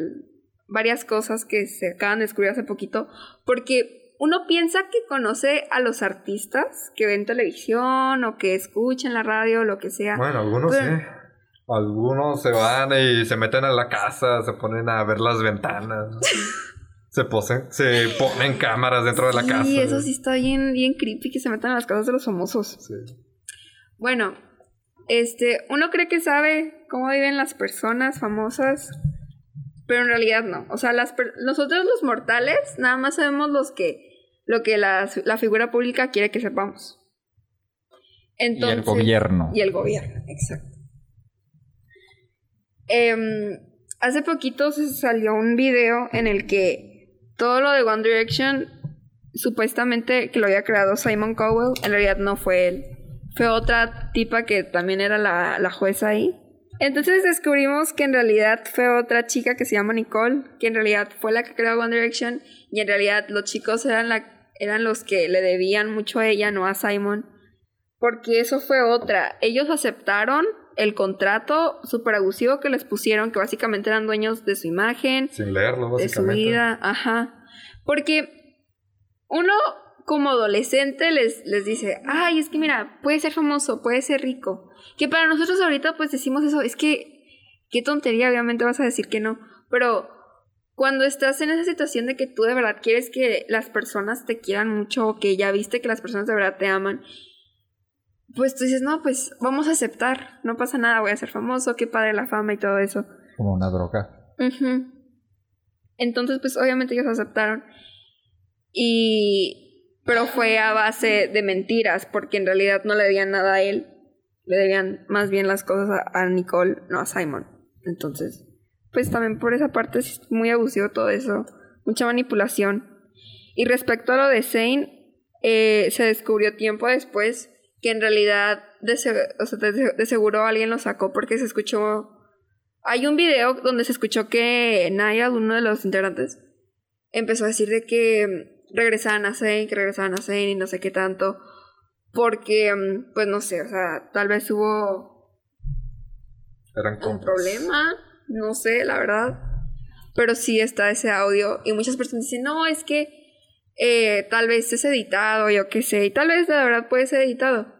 Speaker 3: varias cosas que se acaban de descubrir hace poquito, porque uno piensa que conoce a los artistas que ven televisión o que escuchan la radio, lo que sea.
Speaker 4: Bueno, algunos sí.
Speaker 3: Pero-
Speaker 4: Algunos se van y se meten a la casa, se ponen a ver las ventanas. Se, posen, se ponen cámaras dentro de la casa.
Speaker 3: Sí, eso sí está bien, bien creepy que se metan a las casas de los famosos.
Speaker 4: Sí.
Speaker 3: Bueno, este, uno cree que sabe cómo viven las personas famosas, pero en realidad no. O sea, las per- nosotros los mortales nada más sabemos los que, lo que las- la figura pública quiere que sepamos. Entonces,
Speaker 1: y el gobierno.
Speaker 3: Y el gobierno, exacto. Em, hace poquito se salió un video en el que todo lo de One Direction, supuestamente que lo había creado Simon Cowell, en realidad no fue él. Fue otra tipa que también era la, la jueza ahí. Entonces descubrimos que en realidad fue otra chica que se llama Nicole, que en realidad fue la que creó One Direction y en realidad los chicos eran, la, eran los que le debían mucho a ella, no a Simon, porque eso fue otra. Ellos aceptaron el contrato súper abusivo que les pusieron, que básicamente eran dueños de su imagen,
Speaker 4: Sin leerlo,
Speaker 3: de su
Speaker 4: básicamente.
Speaker 3: vida, ajá. Porque uno como adolescente les, les dice, ay, es que mira, puede ser famoso, puede ser rico. Que para nosotros ahorita pues decimos eso, es que, qué tontería, obviamente vas a decir que no, pero cuando estás en esa situación de que tú de verdad quieres que las personas te quieran mucho o que ya viste que las personas de verdad te aman, pues tú dices, no, pues vamos a aceptar, no pasa nada, voy a ser famoso, qué padre la fama y todo eso.
Speaker 1: Como una droga.
Speaker 3: Ujú. Entonces, pues obviamente ellos aceptaron. Y. Pero fue a base de mentiras, porque en realidad no le debían nada a él. Le debían más bien las cosas a, a Nicole, no a Simon. Entonces, pues también por esa parte es muy abusivo todo eso. Mucha manipulación. Y respecto a lo de Zane, eh, se descubrió tiempo después que en realidad de, se- o sea, de- de seguro alguien lo sacó porque se escuchó hay un video donde se escuchó que Niall, uno de los integrantes, empezó a decir de que regresaban a Zane, que regresaban a Zane y no sé qué tanto. Porque, mm, pues no sé, o sea, tal vez hubo
Speaker 4: Eran
Speaker 3: un
Speaker 4: compras.
Speaker 3: problema, no sé, la verdad. Pero sí está ese audio y muchas personas dicen, no, es que eh, tal vez es editado, yo qué sé, y tal vez la verdad puede ser editado.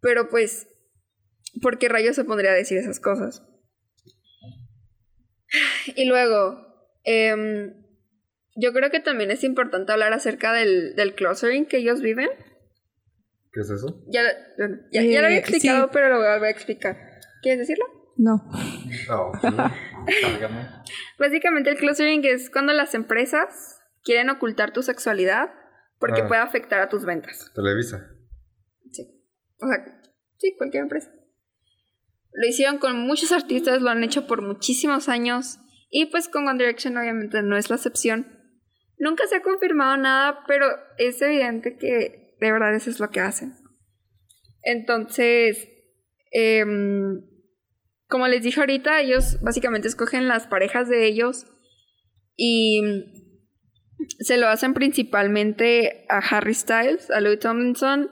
Speaker 3: Pero pues, ¿por qué rayos se pondría a decir esas cosas? Y luego, em, yo creo que también es importante hablar acerca del, del clustering que ellos viven.
Speaker 4: ¿Qué es eso?
Speaker 3: Ya, ya, ya lo había
Speaker 2: Eh, sí.
Speaker 3: explicado, pero lo voy a volver a explicar. ¿Quieres decirlo?
Speaker 2: No.
Speaker 4: Ah, ok.
Speaker 1: Cálgame.
Speaker 3: Básicamente el clustering es cuando las empresas quieren ocultar tu sexualidad porque
Speaker 4: Ah.
Speaker 3: puede afectar a tus ventas.
Speaker 4: Televisa.
Speaker 3: O sea, sí, cualquier empresa. Lo hicieron con muchos artistas, lo han hecho por muchísimos años. Y pues con One Direction obviamente no es la excepción. Nunca se ha confirmado nada, pero es evidente que de verdad eso es lo que hacen. Entonces, em, como les dije ahorita, ellos básicamente escogen las parejas de ellos y se lo hacen principalmente a Harry Styles, a Louis Tomlinson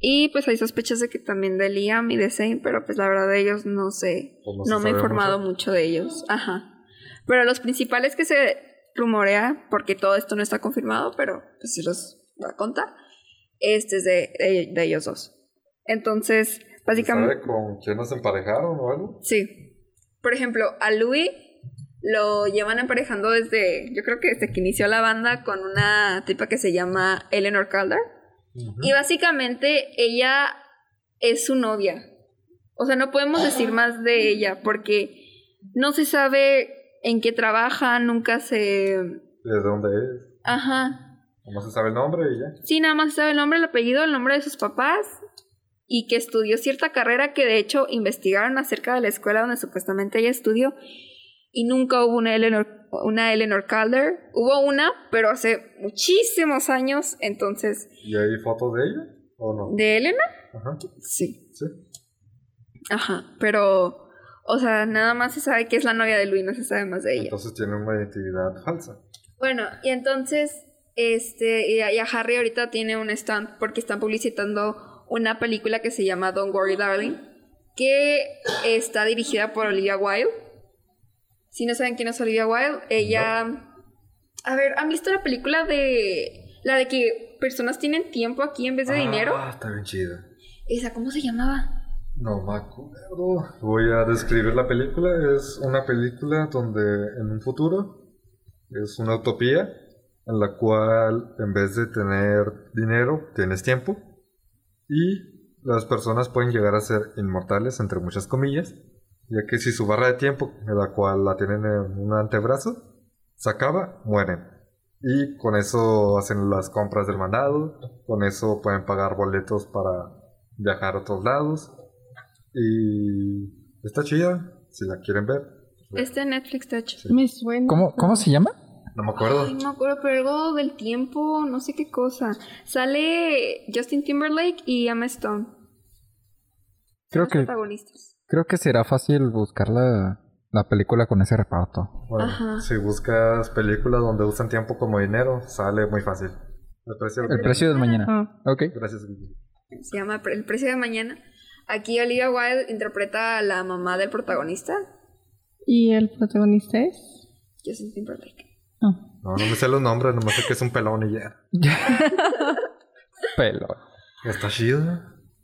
Speaker 3: y pues hay sospechas de que también de Liam y de Zayn, pero pues la verdad de ellos no sé,
Speaker 4: Pues, no se
Speaker 3: no me he
Speaker 4: sabe
Speaker 3: informado mucho. de ellos. Ajá. Pero los principales que se rumorea, porque todo esto no está confirmado, pero pues se los voy a contar, este es de, de- de ellos dos. Entonces, básicamente...
Speaker 4: ¿Sabe con quién nos emparejaron o algo?
Speaker 3: Sí. Por ejemplo, a Louis lo llevan emparejando desde, yo creo que desde que inició la banda con una tipa que se llama Eleanor Calder. Y básicamente ella es su novia. O sea, no podemos decir más de ella porque no se sabe en qué trabaja, nunca se...
Speaker 4: ¿Desde dónde es?
Speaker 3: Ajá.
Speaker 4: No se sabe el nombre y ya.
Speaker 3: Sí, nada más sabe el nombre, el apellido, el nombre de sus papás y que estudió cierta carrera que de hecho investigaron acerca de la escuela donde supuestamente ella estudió y nunca hubo una Eleanor, una Eleanor Calder. Hubo una, pero hace muchísimos años, entonces...
Speaker 4: ¿Y hay fotos de ella o no?
Speaker 3: ¿De Elena?
Speaker 4: Ajá.
Speaker 3: Sí.
Speaker 4: Sí.
Speaker 3: Ajá, pero... O sea, nada más se sabe que es la novia de Luis, no se sabe más de ella.
Speaker 4: Entonces tiene una identidad falsa.
Speaker 3: Bueno, y entonces, este, y a, y a Harry ahorita tiene un stand porque están publicitando una película que se llama Don't Worry Darling, que está dirigida por Olivia Wilde. Si no saben quién es Olivia Wilde, ella... A ver, ¿han visto la película de... La de que personas tienen tiempo aquí en vez de dinero?
Speaker 4: Ah, está bien chida.
Speaker 3: Esa, ¿cómo se llamaba?
Speaker 4: No me acuerdo. Voy a describir la película. Es una película donde en un futuro es una utopía en la cual en vez de tener dinero tienes tiempo y las personas pueden llegar a ser inmortales entre muchas comillas ya que si su barra de tiempo en la cual la tienen en un antebrazo se acaba mueren y con eso hacen las compras del mandado con eso pueden pagar boletos para viajar a otros lados y está chida, si la quieren ver.
Speaker 3: Este Netflix, de hecho.
Speaker 4: Sí.
Speaker 2: Me suena.
Speaker 1: ¿Cómo, ¿Cómo se llama?
Speaker 4: No me
Speaker 3: Ay,
Speaker 4: acuerdo.
Speaker 3: no me acuerdo, pero algo del tiempo, no sé qué cosa. Sale Justin Timberlake y Emma Stone. Son
Speaker 1: Creo
Speaker 3: los
Speaker 1: que-
Speaker 3: protagonistas.
Speaker 1: Creo que será fácil buscar la, la película con ese reparto.
Speaker 4: Bueno,
Speaker 3: Ajá.
Speaker 4: si buscas películas donde usan tiempo como dinero, sale muy fácil. El precio.
Speaker 1: El precio del mañana.
Speaker 2: Ah,
Speaker 1: Ok.
Speaker 4: Gracias, Guille.
Speaker 3: Se llama Pre- El precio de mañana. Aquí Olivia Wilde interpreta a la mamá del protagonista,
Speaker 2: ¿Y el protagonista es?
Speaker 3: Justin Timberlake.
Speaker 2: Ah.
Speaker 4: No, no me sé los nombres, nomás sé que es un pelón y ya.
Speaker 1: Pelo.
Speaker 4: Está chido.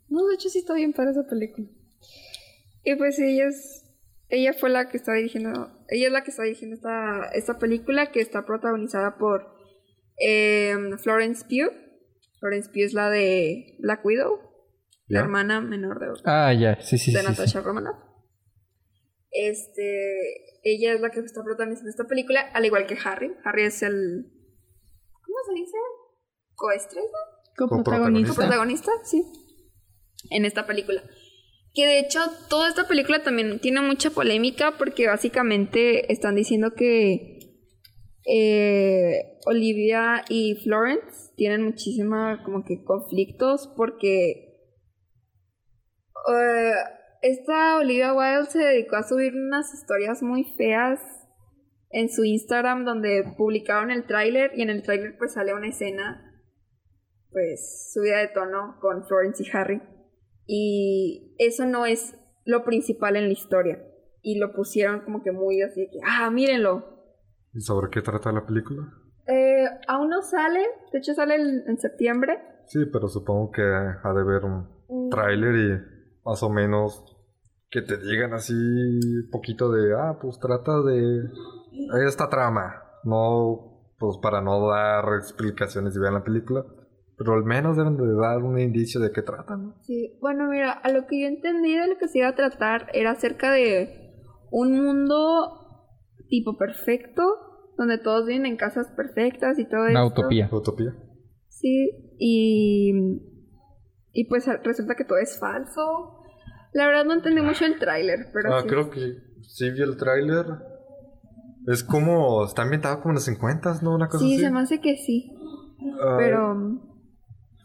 Speaker 3: No, de hecho sí está bien para esa película. Y pues ella es, ella fue la que está dirigiendo, ella es la que está dirigiendo esta, esta película que está protagonizada por em, Florence Pugh. Florence Pugh es la de Black Widow, la
Speaker 4: ¿Ya?
Speaker 3: hermana menor de
Speaker 1: Ah, ya. Sí, sí,
Speaker 3: de
Speaker 1: sí, sí.
Speaker 3: Natasha Romanoff. Este, ella es la que está protagonizando esta película, al igual que Harry. Harry es el, ¿cómo se dice? Coestrella,
Speaker 4: Coprotagonista.
Speaker 2: Coprotagonista.
Speaker 3: protagonista, sí, en esta película. Que de hecho toda esta película también tiene mucha polémica porque básicamente están diciendo que eh, Olivia y Florence tienen muchísima como que conflictos porque eh, esta Olivia Wilde se dedicó a subir unas historias muy feas en su Instagram donde publicaron el tráiler y en el tráiler pues sale una escena pues subida de tono con Florence y Harry y eso no es lo principal en la historia y lo pusieron como que muy así de que ah mírenlo
Speaker 4: ¿Y sobre qué trata la película?
Speaker 3: eh, aún no sale, de hecho sale el- en septiembre.
Speaker 4: Sí, pero supongo que ha de haber un
Speaker 3: Mm,
Speaker 4: tráiler y más o menos que te digan así poquito de, ah, pues trata de esta trama. No, pues para no dar explicaciones y vean la película, pero al menos deben de dar un indicio de qué trata, ¿no?
Speaker 3: sí. Bueno, mira, a lo que yo entendí de lo que se iba a tratar era acerca de un mundo tipo perfecto, donde todos viven en casas perfectas y todo
Speaker 1: Una
Speaker 3: esto.
Speaker 1: utopía.
Speaker 4: Utopía.
Speaker 3: Sí, y, y pues resulta que todo es falso. La verdad no entendí mucho el tráiler, pero
Speaker 4: Ah,
Speaker 3: sí.
Speaker 4: creo que sí vi el tráiler. Es como, está ambientado como en los 50, ¿no? Una cosa
Speaker 3: Sí,
Speaker 4: así.
Speaker 3: se me hace que sí,
Speaker 4: Ah,
Speaker 3: pero...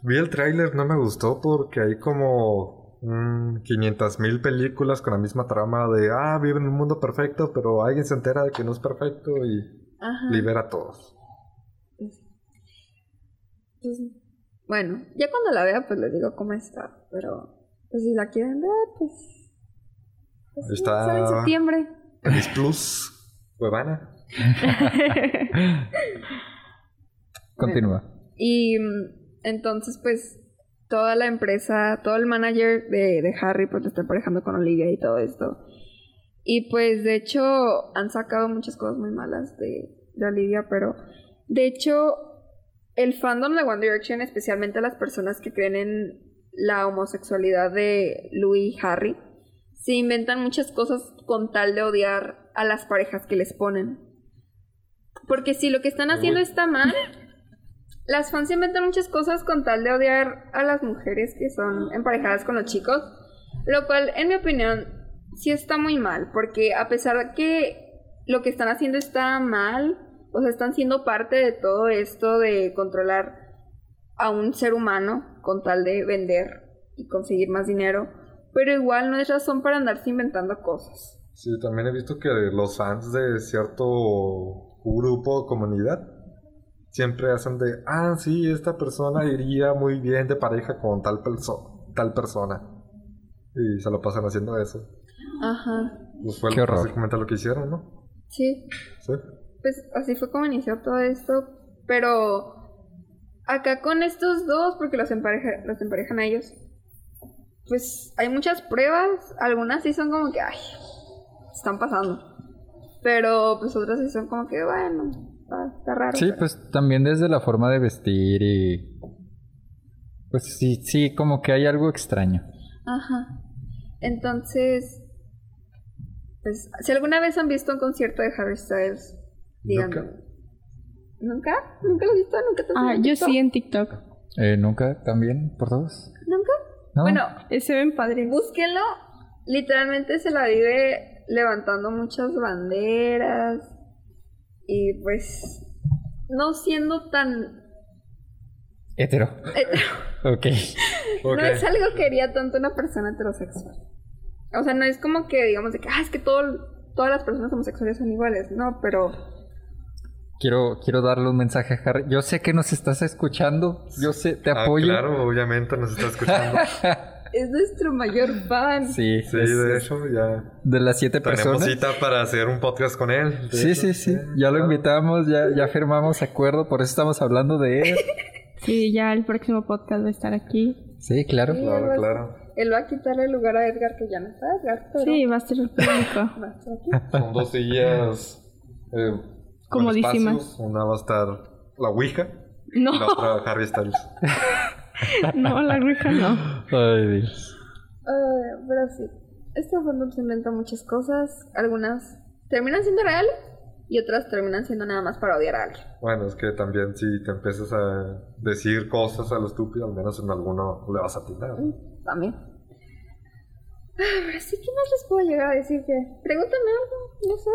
Speaker 4: Vi el tráiler, no me gustó porque hay como mm, 500.000 películas con la misma trama de, ah, viven en un mundo perfecto, pero alguien se entera de que no es perfecto y
Speaker 3: Ajá.
Speaker 4: libera a todos.
Speaker 3: Pues, bueno, ya cuando la vea, pues les digo cómo está. Pero, pues si la quieren ver, pues. pues sí,
Speaker 4: Está-
Speaker 3: sale en septiembre.
Speaker 4: Feliz Plus, Cuevana.
Speaker 1: Continúa.
Speaker 3: Y mm, entonces, pues, toda la empresa, todo el manager de, de Harry, pues lo está emparejando con Olivia y todo esto. Y pues, de hecho, han sacado muchas cosas muy malas de, de Olivia, pero de hecho, el fandom de One Direction, especialmente las personas que creen en la homosexualidad de Louis y Harry, se inventan muchas cosas con tal de odiar a las parejas que les ponen. Porque si lo que están haciendo
Speaker 4: Uy.
Speaker 3: está mal, las fans se inventan muchas cosas con tal de odiar a las mujeres que son emparejadas con los chicos, lo cual, en mi opinión, sí está muy mal, porque a pesar de que lo que están haciendo está mal, o sea, están siendo parte de todo esto de controlar a un ser humano con tal de vender y conseguir más dinero, pero igual no es razón para andarse inventando cosas.
Speaker 4: Sí, también he visto que los fans de cierto grupo o comunidad siempre hacen de, ah, sí, esta persona iría muy bien de pareja con tal, perso- tal persona. Y se lo pasan haciendo eso.
Speaker 3: Ajá,
Speaker 4: Pues fue
Speaker 1: Qué horror.
Speaker 4: básicamente lo que hicieron, ¿no?
Speaker 3: sí.
Speaker 4: Sí.
Speaker 3: pues así fue como inició todo esto, pero acá con estos dos, porque los, empareja- los emparejan a ellos, pues hay muchas pruebas, algunas sí son como que, ay, están pasando, pero pues otras sí son como que, bueno, está, está raro.
Speaker 1: Sí,
Speaker 3: pero-
Speaker 1: pues también desde la forma de vestir y... Pues sí, sí, como que hay algo extraño.
Speaker 3: Ajá. Entonces, pues, si alguna vez han visto un concierto de Harry Styles, díganme.
Speaker 4: Nunca.
Speaker 3: ¿Nunca? ¿Nunca lo he visto? ¿Nunca te has
Speaker 2: Ah, yo
Speaker 3: visto?
Speaker 2: sí en TikTok.
Speaker 1: Eh, ¿Nunca? ¿También? ¿Por dos?
Speaker 3: ¿Nunca?
Speaker 1: ¿No?
Speaker 3: Bueno,
Speaker 2: Eh, Se ven padres.
Speaker 3: Búsquenlo. Literalmente se la vive levantando muchas banderas y pues no siendo tan...
Speaker 1: Hetero.
Speaker 3: eh,
Speaker 1: Ok.
Speaker 3: No es algo que haría tanto una persona heterosexual. O sea, no es como que digamos de que, ah, es que todo, todas las personas homosexuales son iguales, no, pero
Speaker 1: Quiero, quiero darle un mensaje a Harry. Yo sé que nos estás escuchando. Yo sé, te
Speaker 4: Ah,
Speaker 1: apoyo.
Speaker 4: claro, obviamente nos está escuchando.
Speaker 3: es nuestro mayor fan.
Speaker 1: Sí,
Speaker 4: Sí,
Speaker 1: es-
Speaker 4: de hecho, ya
Speaker 1: de las siete
Speaker 4: tenemos
Speaker 1: personas.
Speaker 4: cita para hacer un podcast con él. de
Speaker 1: Sí,
Speaker 4: hecho.
Speaker 1: sí, sí. Ya lo
Speaker 4: claro.
Speaker 1: invitamos, ya, ya firmamos acuerdo, por eso estamos hablando de él.
Speaker 2: Sí, ya el próximo podcast va a estar aquí.
Speaker 1: Sí, claro.
Speaker 3: Sí, algo
Speaker 4: Claro,
Speaker 3: así.
Speaker 4: claro.
Speaker 3: Él va a quitarle el lugar a Edgar, que ya no está Edgar, pero
Speaker 2: Sí, va a ser el público.
Speaker 3: va a estar aquí.
Speaker 4: Son dos sillas eh, con
Speaker 2: Comodísimas.
Speaker 4: espacios. Una va a estar la Ouija
Speaker 2: No,
Speaker 4: y la otra Harry Styles.
Speaker 2: no, la Ouija no.
Speaker 1: Ay, Dios.
Speaker 3: Eh, pero sí, este fandom se inventa muchas cosas. Algunas terminan siendo reales y otras terminan siendo nada más para odiar a alguien.
Speaker 4: Bueno, es que también si te empiezas a decir cosas a lo estúpido, al menos en alguno le vas a atinar.
Speaker 3: Mm, También. Ah, Pero sí, ¿qué más les puedo llegar a decir? que Pregúntame algo, no sé.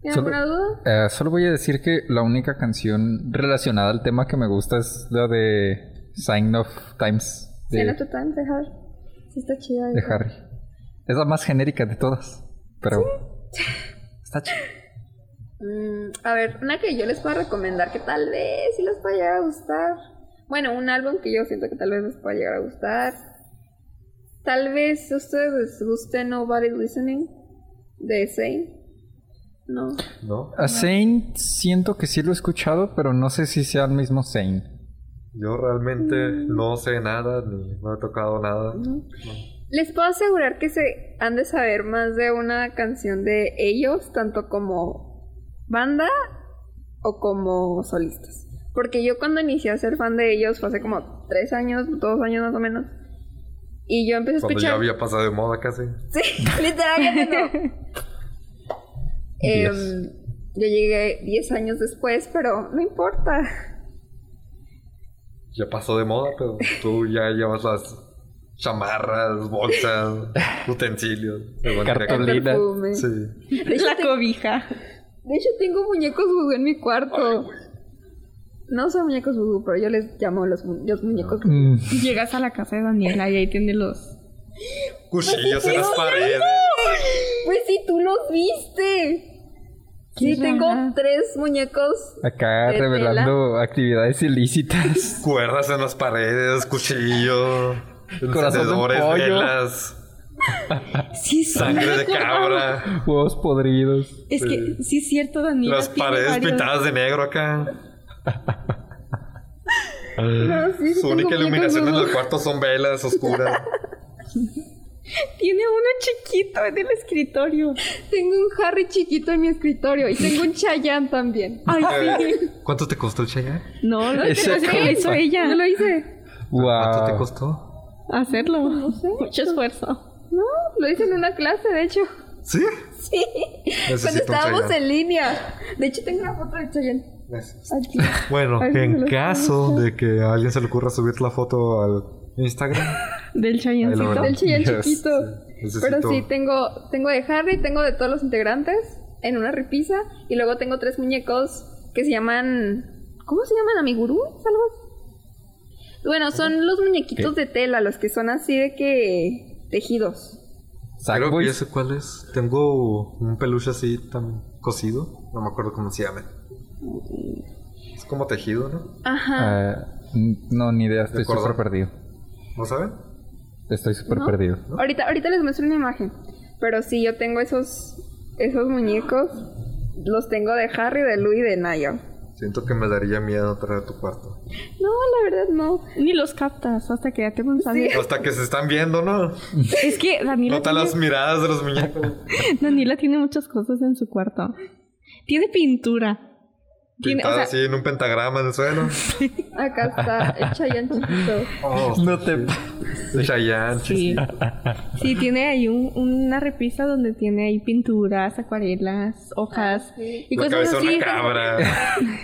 Speaker 3: ¿Tienen
Speaker 1: Solo-
Speaker 3: alguna duda?
Speaker 1: Eh, solo voy a decir que la única canción relacionada al tema que me gusta es la de Sign of Times
Speaker 3: Sí.
Speaker 1: de,
Speaker 3: tu time, dejar. Sí, está chida.
Speaker 1: de
Speaker 3: esa.
Speaker 1: Harry. Es la más genérica de todas, pero está chido.
Speaker 3: Mm, a ver, una que yo les pueda recomendar que tal vez sí les pueda llegar a gustar. Bueno, un álbum que yo siento que tal vez les pueda llegar a gustar. Tal vez a ustedes les guste Nobody Listening de Zane. No.
Speaker 4: ¿No?
Speaker 1: A Zane siento que sí lo he escuchado, pero no sé si sea el mismo Zane.
Speaker 4: Yo realmente
Speaker 3: Mm.
Speaker 4: no sé nada, ni no he tocado nada.
Speaker 3: no. Les puedo asegurar que se han de saber más de una canción de ellos, tanto como banda o como solistas. Porque yo cuando inicié a ser fan de ellos fue hace como tres años, dos años más o menos. Y yo empecé a
Speaker 4: Cuando ya
Speaker 3: escuchar.
Speaker 4: había pasado de moda casi.
Speaker 3: Sí, literalmente no.
Speaker 1: Diez.
Speaker 3: Em, yo llegué 10 años después, pero no importa.
Speaker 4: Ya pasó de moda, pero tú ya llevas las chamarras, bolsas, utensilios. de manera que-
Speaker 1: Cartón. Linda.
Speaker 3: Perfume.
Speaker 4: Sí.
Speaker 3: De, hecho,
Speaker 2: La
Speaker 3: te-
Speaker 2: cobija.
Speaker 3: de hecho, tengo muñecos vudú en mi cuarto. no son muñecos vudú, pero yo les llamo los, mu- los muñecos.
Speaker 1: Mm,
Speaker 2: Llegas a la casa de Daniela y ahí tiene los.
Speaker 4: Cuchillos en las paredes.
Speaker 3: Pues sí, tú los viste. Sí,
Speaker 2: Qué
Speaker 3: tengo
Speaker 2: rara.
Speaker 3: tres muñecos.
Speaker 1: acá
Speaker 3: De tela.
Speaker 1: revelando actividades ilícitas.
Speaker 4: Cuerdas en las paredes, cuchillo,
Speaker 1: Corazón de
Speaker 4: encendedores,
Speaker 1: pollo.
Speaker 4: velas,
Speaker 2: Sí, sí.
Speaker 4: sangre de cabra,
Speaker 1: Huevos podridos.
Speaker 2: Es que sí es cierto, Daniela.
Speaker 4: las
Speaker 2: tiene
Speaker 4: paredes
Speaker 2: varios.
Speaker 4: pintadas de negro acá.
Speaker 3: No, sí, sí,
Speaker 4: Su única
Speaker 3: tengo muñecos
Speaker 4: iluminación en
Speaker 3: vudú.
Speaker 4: los cuartos son velas oscuras.
Speaker 2: Tiene uno chiquito en el escritorio.
Speaker 3: Tengo un Harry chiquito en mi escritorio y tengo un Chayanne también.
Speaker 4: Ah.
Speaker 2: Ay, sí.
Speaker 4: ¿Cuánto te costó el Cheyenne?
Speaker 2: No, lo
Speaker 1: Ese
Speaker 2: que lo hizo
Speaker 1: compa.
Speaker 2: ella.
Speaker 3: Yo lo hice.
Speaker 4: ¿Cuánto te
Speaker 1: Wow.
Speaker 4: costó?
Speaker 2: Hacerlo. No
Speaker 3: sé.
Speaker 2: Mucho esfuerzo.
Speaker 3: No, lo hice en una clase, de hecho.
Speaker 4: ¿Sí?
Speaker 3: Sí. Cuando
Speaker 4: Necesito un
Speaker 3: estábamos
Speaker 4: Chayanne.
Speaker 3: en línea. De hecho, tengo una foto de Chayanne. Aquí.
Speaker 4: Bueno,
Speaker 3: Ay, no
Speaker 4: en
Speaker 3: lo
Speaker 4: caso de que a alguien se le ocurra subir la foto al Instagram,
Speaker 2: Del
Speaker 4: Ahí lo
Speaker 2: chayoncito.
Speaker 4: verán.
Speaker 3: Del Chayanne
Speaker 1: Dios,
Speaker 3: chiquito.
Speaker 4: necesito...
Speaker 3: Pero sí, tengo, tengo de Harry, tengo de todos los integrantes en una repisa. Y luego tengo tres muñecos que se llaman. ¿Cómo se llaman? ¿Amigurú? ¿Es algo así? Bueno, son los muñequitos de tela, los que son así de que. tejidos.
Speaker 4: Creo que
Speaker 1: Sackboy.
Speaker 4: ya sé cuál es. Tengo un peluche así tan cosido. No me acuerdo cómo se llama. Es como tejido, ¿no?
Speaker 3: Ajá.
Speaker 1: Ah, no, ni idea. Estoy
Speaker 4: acuerdo.
Speaker 1: súper perdido.
Speaker 4: ¿No saben?
Speaker 1: Estoy súper
Speaker 3: ¿No?
Speaker 1: perdido.
Speaker 3: Ahorita, ahorita les muestro una imagen. Pero sí, yo tengo esos, esos muñecos. Los tengo de Harry, de Lou y de Naya.
Speaker 4: Siento que me daría miedo traer a tu cuarto.
Speaker 3: No, la verdad no.
Speaker 2: Ni los captas hasta que ya te consagra.
Speaker 4: Hasta que se están viendo, ¿no?
Speaker 2: Es que Daniela
Speaker 4: Nota
Speaker 2: tiene,
Speaker 4: las miradas de los muñecos.
Speaker 2: Daniela tiene muchas cosas en su cuarto. Tiene pintura. Tiene, o
Speaker 4: Pintada
Speaker 2: sea,
Speaker 4: así en un pentagrama en el suelo.
Speaker 3: Acá está el Chayanne chiquito.
Speaker 4: Oh,
Speaker 1: No te.
Speaker 4: Chayanne,
Speaker 2: sí.
Speaker 4: chis-
Speaker 2: Sí, tiene ahí un- una repisa donde tiene ahí pinturas, acuarelas, hojas
Speaker 3: Ah, sí.
Speaker 2: y
Speaker 4: La
Speaker 2: cosas
Speaker 4: cabeza de
Speaker 2: así.
Speaker 4: una cabra.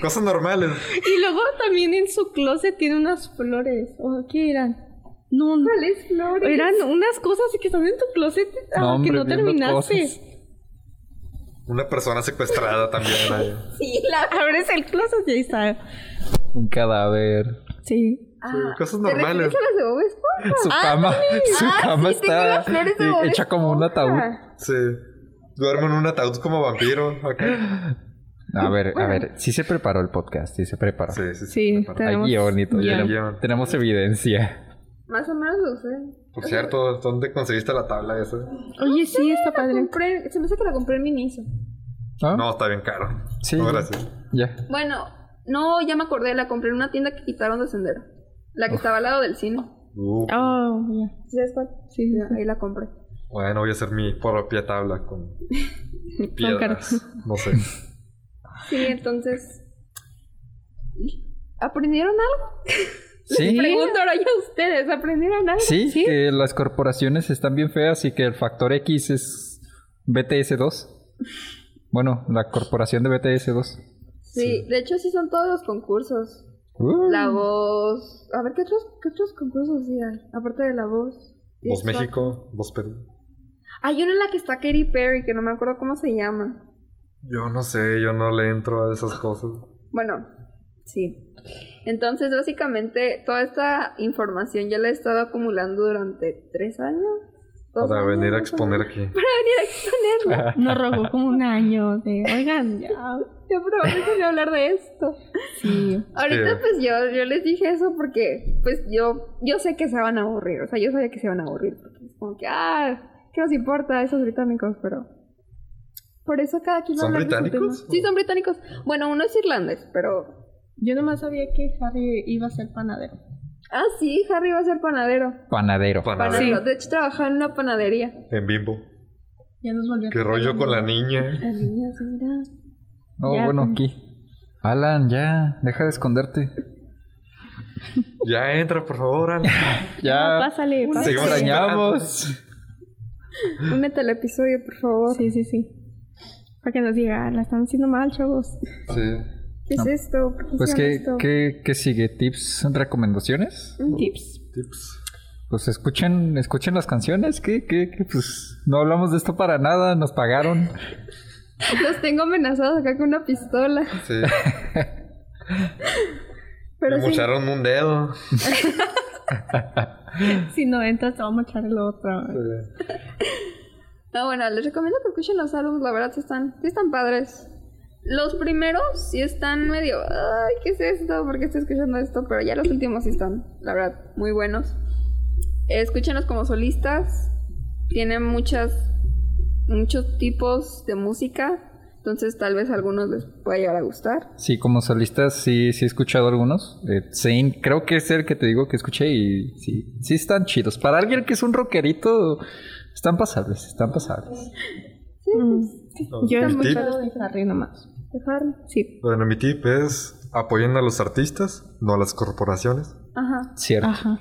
Speaker 4: Cosas normales.
Speaker 2: Y luego también en su closet tiene unas flores. ¿O qué eran? No, no.
Speaker 3: ¿Cuáles flores?
Speaker 2: Eran unas cosas que están en tu closet ah,
Speaker 1: No, hombre,
Speaker 2: que no
Speaker 1: viendo
Speaker 2: terminaste.
Speaker 1: cosas.
Speaker 4: Una persona secuestrada también. ahí.
Speaker 3: Sí, la...
Speaker 2: Abres el closet y ahí está.
Speaker 1: Un cadáver.
Speaker 2: Sí.
Speaker 3: Ah,
Speaker 4: Pues, cosas
Speaker 3: ¿te
Speaker 4: normales.
Speaker 3: refieres a las de Bob Esponja?
Speaker 1: Su cama, su
Speaker 3: Ah,
Speaker 1: cama
Speaker 3: sí, tengo
Speaker 1: está
Speaker 3: las flores de
Speaker 1: eh,
Speaker 3: Bob
Speaker 1: hecha como un ataúd.
Speaker 3: Esponja.
Speaker 4: Sí. Duermo en un ataúd como vampiro. acá.
Speaker 1: A ver, a ver, sí se preparó el podcast, sí se preparó.
Speaker 4: Sí, sí, sí.
Speaker 2: Sí,
Speaker 4: Aparte,
Speaker 1: Hay
Speaker 2: tenemos-
Speaker 1: guión y todo.
Speaker 2: guión.
Speaker 1: tenemos-
Speaker 4: Guión.
Speaker 1: Tenemos evidencia.
Speaker 3: Más o menos lo sé.
Speaker 4: Por cierto, ¿dónde conseguiste la tabla esa?
Speaker 2: Oye, sí, está
Speaker 3: La
Speaker 2: padre.
Speaker 3: compré- se me hace que la compré en Miniso.
Speaker 1: ¿Ah?
Speaker 4: No, está bien caro.
Speaker 1: Sí.
Speaker 4: No, gracias.
Speaker 1: Ya.
Speaker 3: Bueno, no, ya me acordé, la compré en una tienda que quitaron de sendero. La que estaba al lado del cine.
Speaker 4: Uh,
Speaker 2: Oh, ya.
Speaker 3: ¿Sí ¿Sabes cuál?
Speaker 2: Sí, sí,
Speaker 3: Ya, Ahí la compré.
Speaker 4: Bueno, voy a hacer mi propia tabla con
Speaker 2: sí.
Speaker 4: piedras. No sé.
Speaker 3: Sí, entonces. ¿Aprendieron algo? Les
Speaker 1: Sí.
Speaker 3: pregunto ahora yo a ustedes, ¿aprendieron algo?
Speaker 1: Sí, que las corporaciones están bien feas y que el factor X es BTS2. Bueno, la corporación de BTS2.
Speaker 3: Sí, de hecho sí son todos los concursos.
Speaker 1: Uh,
Speaker 3: La voz. A ver, ¿qué otros, qué otros concursos sí hay? Aparte de la voz.
Speaker 4: Vos
Speaker 3: Exacto.
Speaker 4: México, vos Perú.
Speaker 3: Hay una en la que está Katy Perry, que no me acuerdo cómo se llama.
Speaker 4: Yo no sé, yo no le entro a esas cosas.
Speaker 3: Bueno, sí. Entonces, básicamente, toda esta información ya la he estado acumulando durante tres años.
Speaker 2: Pues
Speaker 3: dos
Speaker 4: Para
Speaker 3: años,
Speaker 4: venir a
Speaker 3: más o menos.
Speaker 4: exponer aquí.
Speaker 2: Nos rogó como un año de, oigan, ya.
Speaker 3: Yo probablemente voy a hablar de esto.
Speaker 2: Sí.
Speaker 3: Ahorita,
Speaker 4: Sí.
Speaker 3: pues yo, yo les dije eso porque, pues yo, yo sé que se van a aburrir. O sea, yo sabía que se van a aburrir. Porque es como que, ah, ¿qué nos importa? Esos británicos, pero. Por eso cada quien va a
Speaker 4: ¿Son
Speaker 3: hablar de su
Speaker 4: británicos?
Speaker 3: tema. Sí, son británicos. Bueno, uno es irlandés, pero.
Speaker 2: Yo nomás sabía que Harry iba a ser panadero.
Speaker 3: Ah, sí, Harry va a ser panadero.
Speaker 1: panadero.
Speaker 4: Panadero.
Speaker 3: Panadero. De hecho, trabajaba en una panadería.
Speaker 4: En bimbo.
Speaker 2: Ya nos volvió a
Speaker 4: ¿Qué
Speaker 2: tocar
Speaker 4: rollo
Speaker 2: el-
Speaker 4: con la niña?
Speaker 3: Las niñas, mira.
Speaker 1: No,
Speaker 2: Ya.
Speaker 1: bueno, aquí. Alan, ya, deja de esconderte.
Speaker 4: Ya entra, por favor. Alan.
Speaker 2: Ah,
Speaker 1: Ya,
Speaker 2: pásale,
Speaker 3: Una
Speaker 1: te
Speaker 2: pásale.
Speaker 4: Seguimos esperando.
Speaker 1: extrañamos.
Speaker 3: Únete al episodio, por favor.
Speaker 2: Sí, sí, sí. Para que nos diga, "Ah, la están haciendo mal, chavos.
Speaker 4: Sí.
Speaker 3: ¿Qué
Speaker 1: No.
Speaker 3: es esto? ¿Por qué
Speaker 1: Pues,
Speaker 3: hicieron
Speaker 1: ¿qué,
Speaker 3: esto?
Speaker 1: qué, qué sigue? ¿Tips? ¿Recomendaciones?
Speaker 2: Mm. Tips.
Speaker 4: Tips.
Speaker 1: Pues escuchen, escuchen las canciones. ¿Qué, qué, qué? Pues no hablamos de esto para nada, nos pagaron.
Speaker 3: Los tengo amenazados acá con una pistola.
Speaker 4: Sí.
Speaker 3: Pero
Speaker 4: Me
Speaker 3: sí,
Speaker 4: mocharon un dedo.
Speaker 2: Si no entras, te vamos a echar el otro.
Speaker 4: Sí.
Speaker 3: No, bueno, les recomiendo que escuchen los álbumes, la verdad sí están, sí están padres. Los primeros sí están medio, ay, ¿qué es esto? ¿Por qué estoy escuchando esto? Pero ya los últimos sí están, la verdad, muy buenos. Escúchenlos como solistas, tienen muchas, muchos tipos de música, entonces tal vez a algunos les pueda llegar a gustar.
Speaker 1: Sí, como solistas sí, sí he escuchado algunos. Eh, Zayn creo que es el que te digo que escuché y sí, sí están chidos. Para alguien que es un rockerito, están pasables, están pasables.
Speaker 2: Mm. Yo he
Speaker 4: Mi tip.
Speaker 2: escuchado de Harry nomás.
Speaker 3: Dejarme.
Speaker 2: Sí.
Speaker 4: Bueno, mi tip es apoyen a los artistas, no a las corporaciones.
Speaker 3: Ajá.
Speaker 1: Cierto.
Speaker 2: Ajá.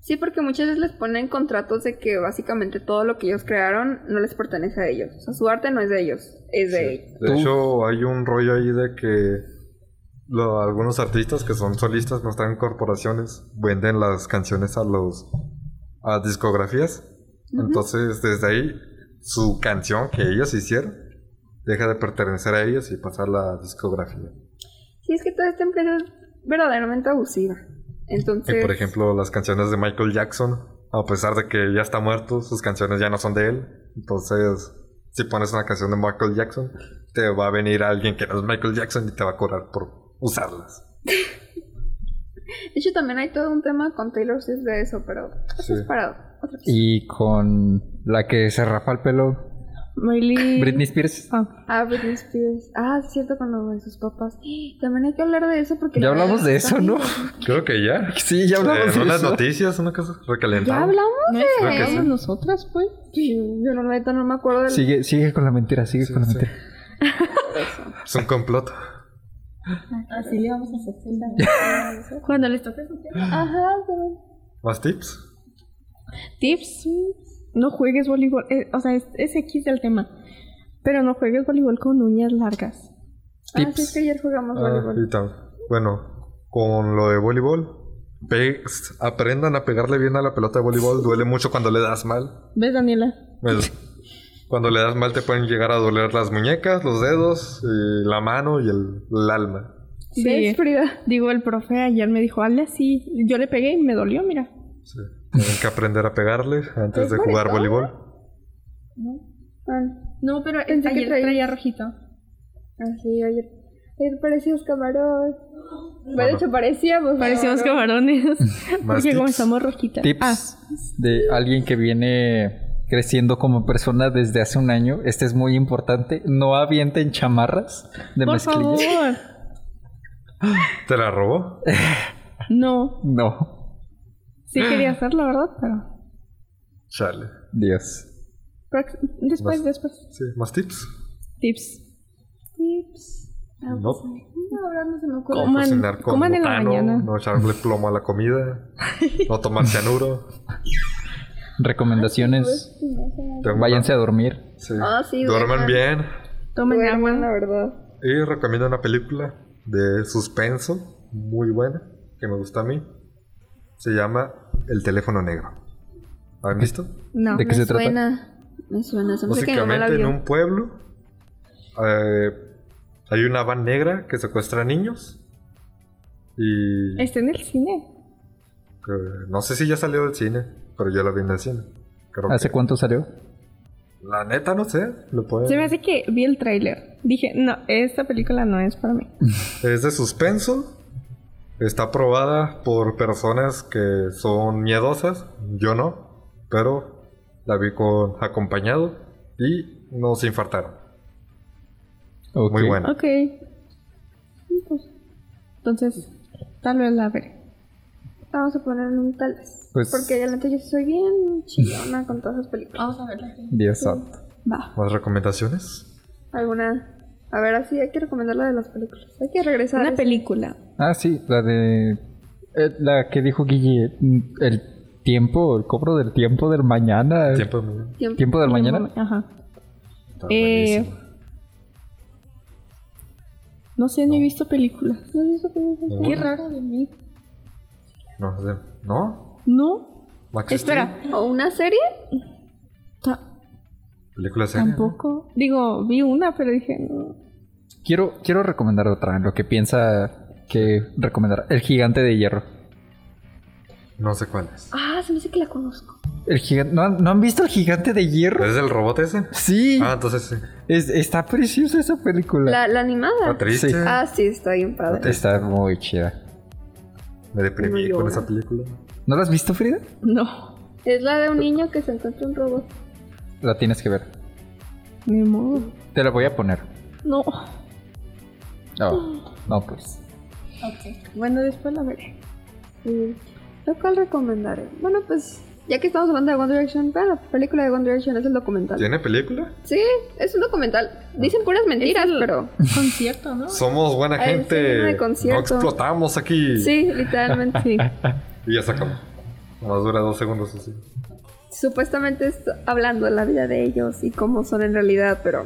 Speaker 3: Sí, porque muchas veces les ponen contratos de que básicamente todo lo que ellos crearon no les pertenece a ellos. O sea, su arte no es de ellos, es de ellos.
Speaker 4: De
Speaker 1: Tú.
Speaker 4: hecho, hay un rollo ahí de que lo- algunos artistas que son solistas, no están en corporaciones, venden las canciones a los a discografías. Entonces, desde ahí, su canción que ellos hicieron deja de pertenecer a ellos y pasa a la discografía.
Speaker 3: Sí, es que toda esta empresa es verdaderamente abusiva. Entonces,
Speaker 4: Y por ejemplo, las canciones de Michael Jackson, a pesar de que ya está muerto, sus canciones ya no son de él. Entonces, si pones una canción de Michael Jackson, te va a venir alguien que no es Michael Jackson y te va a cobrar por usarlas.
Speaker 3: de hecho también hay todo un tema con Taylor Swift de eso, pero eso
Speaker 4: Sí.
Speaker 3: es para otra cosa.
Speaker 1: Y con la que se rapa el pelo,
Speaker 2: Miley.
Speaker 1: Britney Spears.
Speaker 2: Ah,
Speaker 3: Ah, Britney Spears. Ah, es cierto, con lo de sus papás. También hay que hablar de eso porque...
Speaker 1: Ya hablamos de eso, ¿no?
Speaker 4: Creo que ya.
Speaker 1: Sí, ya hablamos
Speaker 4: Eh,
Speaker 1: de
Speaker 4: unas
Speaker 1: eso.
Speaker 4: noticias, una cosa
Speaker 3: ¿Ya
Speaker 4: recalentada.
Speaker 3: hablamos?
Speaker 2: ¿No es
Speaker 4: Creo que sí.
Speaker 2: hablamos nosotras, pues?
Speaker 3: Yo no, neta, no me acuerdo de
Speaker 1: Sigue, sigue con la mentira, sigue
Speaker 4: Sí,
Speaker 1: con la
Speaker 4: sí.
Speaker 2: Ah,
Speaker 1: mentira.
Speaker 3: eso.
Speaker 4: Es un complot.
Speaker 2: Así le vamos a hacer. Cuando les toque su tema.
Speaker 3: Ajá, pero...
Speaker 4: ¿Más tips?
Speaker 2: Tips. No juegues voleibol. eh, o sea, es, es X del tema. Pero no juegues voleibol con uñas largas.
Speaker 3: Ah, sí, es
Speaker 1: Tips.
Speaker 3: que ayer jugamos
Speaker 4: Ah,
Speaker 3: voleibol.
Speaker 4: y tal. Bueno, con lo de voleibol, pe- aprendan a pegarle bien a la pelota de voleibol. Duele mucho cuando le das mal.
Speaker 2: ¿Ves, Daniela?
Speaker 4: Bueno, Pues, cuando le das mal te pueden llegar a doler las muñecas, los dedos, y la mano y el, el alma.
Speaker 2: Sí.
Speaker 3: ¿Ves, Frida?
Speaker 2: Digo, el profe ayer me dijo, hazle así. Yo le pegué y me dolió, mira.
Speaker 4: Sí. Tienen que aprender a pegarle antes de jugar voleibol.
Speaker 2: No, pero
Speaker 3: Pensé que
Speaker 2: ayer
Speaker 3: traía-
Speaker 2: Ah. traía rojito.
Speaker 3: Así, ayer, ayer parecías camarón. Bueno, pues? de
Speaker 4: Bueno.
Speaker 3: hecho, parecíamos.
Speaker 2: Parecíamos
Speaker 3: camarón.
Speaker 2: camarones.
Speaker 4: Más
Speaker 2: Porque como
Speaker 4: tips.
Speaker 2: estamos rojitas.
Speaker 1: Tips
Speaker 2: Ah,
Speaker 1: de alguien que viene creciendo como persona desde hace un año. Este es muy importante. No avienten chamarras de
Speaker 2: por
Speaker 1: mezclilla.
Speaker 2: favor.
Speaker 4: ¿Te la robó?
Speaker 2: No.
Speaker 1: No,
Speaker 2: Sí quería hacerlo, ¿verdad? Pero
Speaker 4: Chale.
Speaker 1: Dios.
Speaker 2: prox- después,
Speaker 4: Más-
Speaker 2: después.
Speaker 4: Sí. ¿Más tips?
Speaker 2: Tips.
Speaker 3: pues,
Speaker 2: Tips.
Speaker 3: ah,
Speaker 4: No.
Speaker 2: No, ahora no se me ocurre.
Speaker 4: No cocinar
Speaker 2: Coman,
Speaker 4: con
Speaker 2: coman en la
Speaker 4: butano,
Speaker 2: mañana.
Speaker 4: no echarle plomo a la comida, no tomar cianuro.
Speaker 3: pues,
Speaker 1: Recomendaciones.
Speaker 4: Tengo una-
Speaker 1: Váyanse a dormir.
Speaker 4: Sí.
Speaker 2: Oh,
Speaker 3: Ah, sí, duerman.
Speaker 4: Duerman bien.
Speaker 2: Tomen agua.
Speaker 3: Duerman, la verdad.
Speaker 4: Y recomiendo una película de suspenso muy buena que me gusta a mí. Se llama El teléfono negro. ¿Han visto?
Speaker 2: No.
Speaker 1: ¿De qué se trata?
Speaker 3: Suena. Me suena, se me hace que mi mamá la
Speaker 4: Básicamente en
Speaker 3: vio.
Speaker 4: un pueblo eh, hay una van negra que secuestra niños. Y
Speaker 2: Está en el cine.
Speaker 4: eh, no sé si ya salió del cine, pero yo la vi en el cine. Creo
Speaker 1: ¿Hace
Speaker 4: que-
Speaker 1: cuánto salió?
Speaker 4: La neta no sé. Lo pueden-
Speaker 2: Se me hace que vi el tráiler. Dije, no, esta película no es para mí.
Speaker 4: Es de suspenso. Está aprobada por personas que son miedosas. Yo no. Pero la vi con acompañado y nos infartaron.
Speaker 1: Ok.
Speaker 4: Muy buena.
Speaker 2: Ok. Pues, Entonces, tal vez la veré.
Speaker 3: Vamos a poner un tal vez.
Speaker 1: Pues-
Speaker 3: Porque yo la neta yo soy bien chillona con todas las películas.
Speaker 2: Vamos a verla.
Speaker 1: Dios santo.
Speaker 2: Va.
Speaker 4: ¿Más recomendaciones?
Speaker 3: Oh. Alguna. A ver, así hay que recomendar la de las películas. Hay que regresar.
Speaker 2: Una película.
Speaker 1: Ah, sí, la de. eh, la que dijo Guille. mm, El tiempo, el cobro del tiempo del mañana. ¿Tiempo,
Speaker 4: Tiempo de mañana.
Speaker 3: este Tiempo.
Speaker 1: del mañana?
Speaker 2: Ajá.
Speaker 4: Está
Speaker 2: Eh,
Speaker 4: buenísimo.
Speaker 2: No sé, no he visto películas. No he visto películas.
Speaker 4: Ninguna.
Speaker 2: Qué raro de mí.
Speaker 4: No, sé. ¿No?
Speaker 2: No.
Speaker 4: ¿Va a existir?
Speaker 2: Espera.
Speaker 3: ¿O una serie?
Speaker 2: ta-
Speaker 4: ¿Película seria?
Speaker 2: tampoco. Digo, vi una, pero dije, no.
Speaker 1: Quiero, quiero recomendar otra, en lo que piensa que recomendar. El gigante de hierro.
Speaker 4: No sé cuál es.
Speaker 3: Ah, se me dice que la conozco.
Speaker 1: El gigante. ¿No, han- no han visto el gigante de hierro?
Speaker 4: ¿Es el robot ese?
Speaker 1: Sí.
Speaker 4: Ah, entonces sí.
Speaker 1: Es- está preciosa esa película.
Speaker 3: La, la
Speaker 4: Está
Speaker 3: animada.
Speaker 4: triste.
Speaker 1: Sí.
Speaker 3: Ah, sí, está bien padre.
Speaker 1: Está muy chida.
Speaker 4: Me deprimí
Speaker 3: No
Speaker 4: con
Speaker 3: llora.
Speaker 4: esa película.
Speaker 1: ¿No la has visto, Frida?
Speaker 2: No.
Speaker 3: Es la de un niño que se encuentra un robot.
Speaker 1: La tienes que ver.
Speaker 2: Ni modo.
Speaker 1: Te la voy a poner.
Speaker 2: No. Mm.
Speaker 1: No, Ah, no, pues.
Speaker 2: Bueno, después la veré.
Speaker 3: Sí. ¿Lo cual recomendaré? Bueno, pues ya que estamos hablando de One Direction, vean la película de One Direction es el documental.
Speaker 4: ¿Tiene película?
Speaker 3: Sí, es un
Speaker 1: Ah.
Speaker 3: documental. Dicen puras mentiras, pero
Speaker 2: Concierto, ¿no?
Speaker 4: Somos buena
Speaker 3: Ay, sí, no
Speaker 4: gente.
Speaker 3: hay
Speaker 4: no
Speaker 3: concierto.
Speaker 4: explotamos aquí.
Speaker 3: sí, literalmente.
Speaker 2: Sí.
Speaker 4: Y ya se acabó. Nomás dura dos segundos así.
Speaker 3: Supuestamente es hablando de la vida de ellos y cómo son en realidad, pero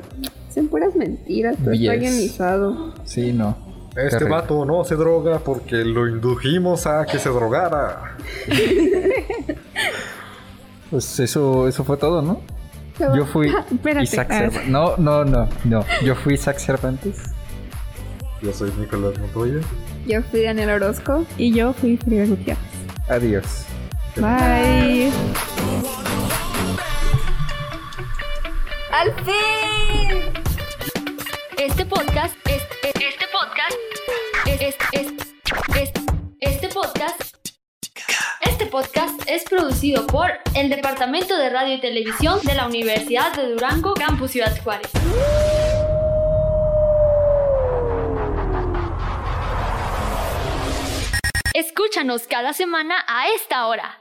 Speaker 3: son puras mentiras, todo
Speaker 1: Yes.
Speaker 3: está guionizado.
Speaker 1: Sí, no.
Speaker 4: Este
Speaker 1: Terrible.
Speaker 4: vato no se droga porque lo indujimos a que se drogara.
Speaker 1: Pues eso, eso fue todo, ¿no? Yo fui
Speaker 2: Espérate.
Speaker 1: Isaac
Speaker 2: Ah,
Speaker 1: Cervantes. No, no, no, no. Yo fui Isaac Cervantes.
Speaker 4: Yo soy Nicolás Montoya.
Speaker 3: Yo fui Daniel Orozco.
Speaker 2: Y yo fui Frida Gutiérrez.
Speaker 1: Adiós.
Speaker 2: Bye.
Speaker 3: ¡Al fin!
Speaker 5: Este podcast es, es- este podcast es, es- es- es- este podcast este podcast es producido por el Departamento de Radio y Televisión de la Universidad de Durango, Campus Ciudad Juárez. Escúchanos cada semana a esta hora.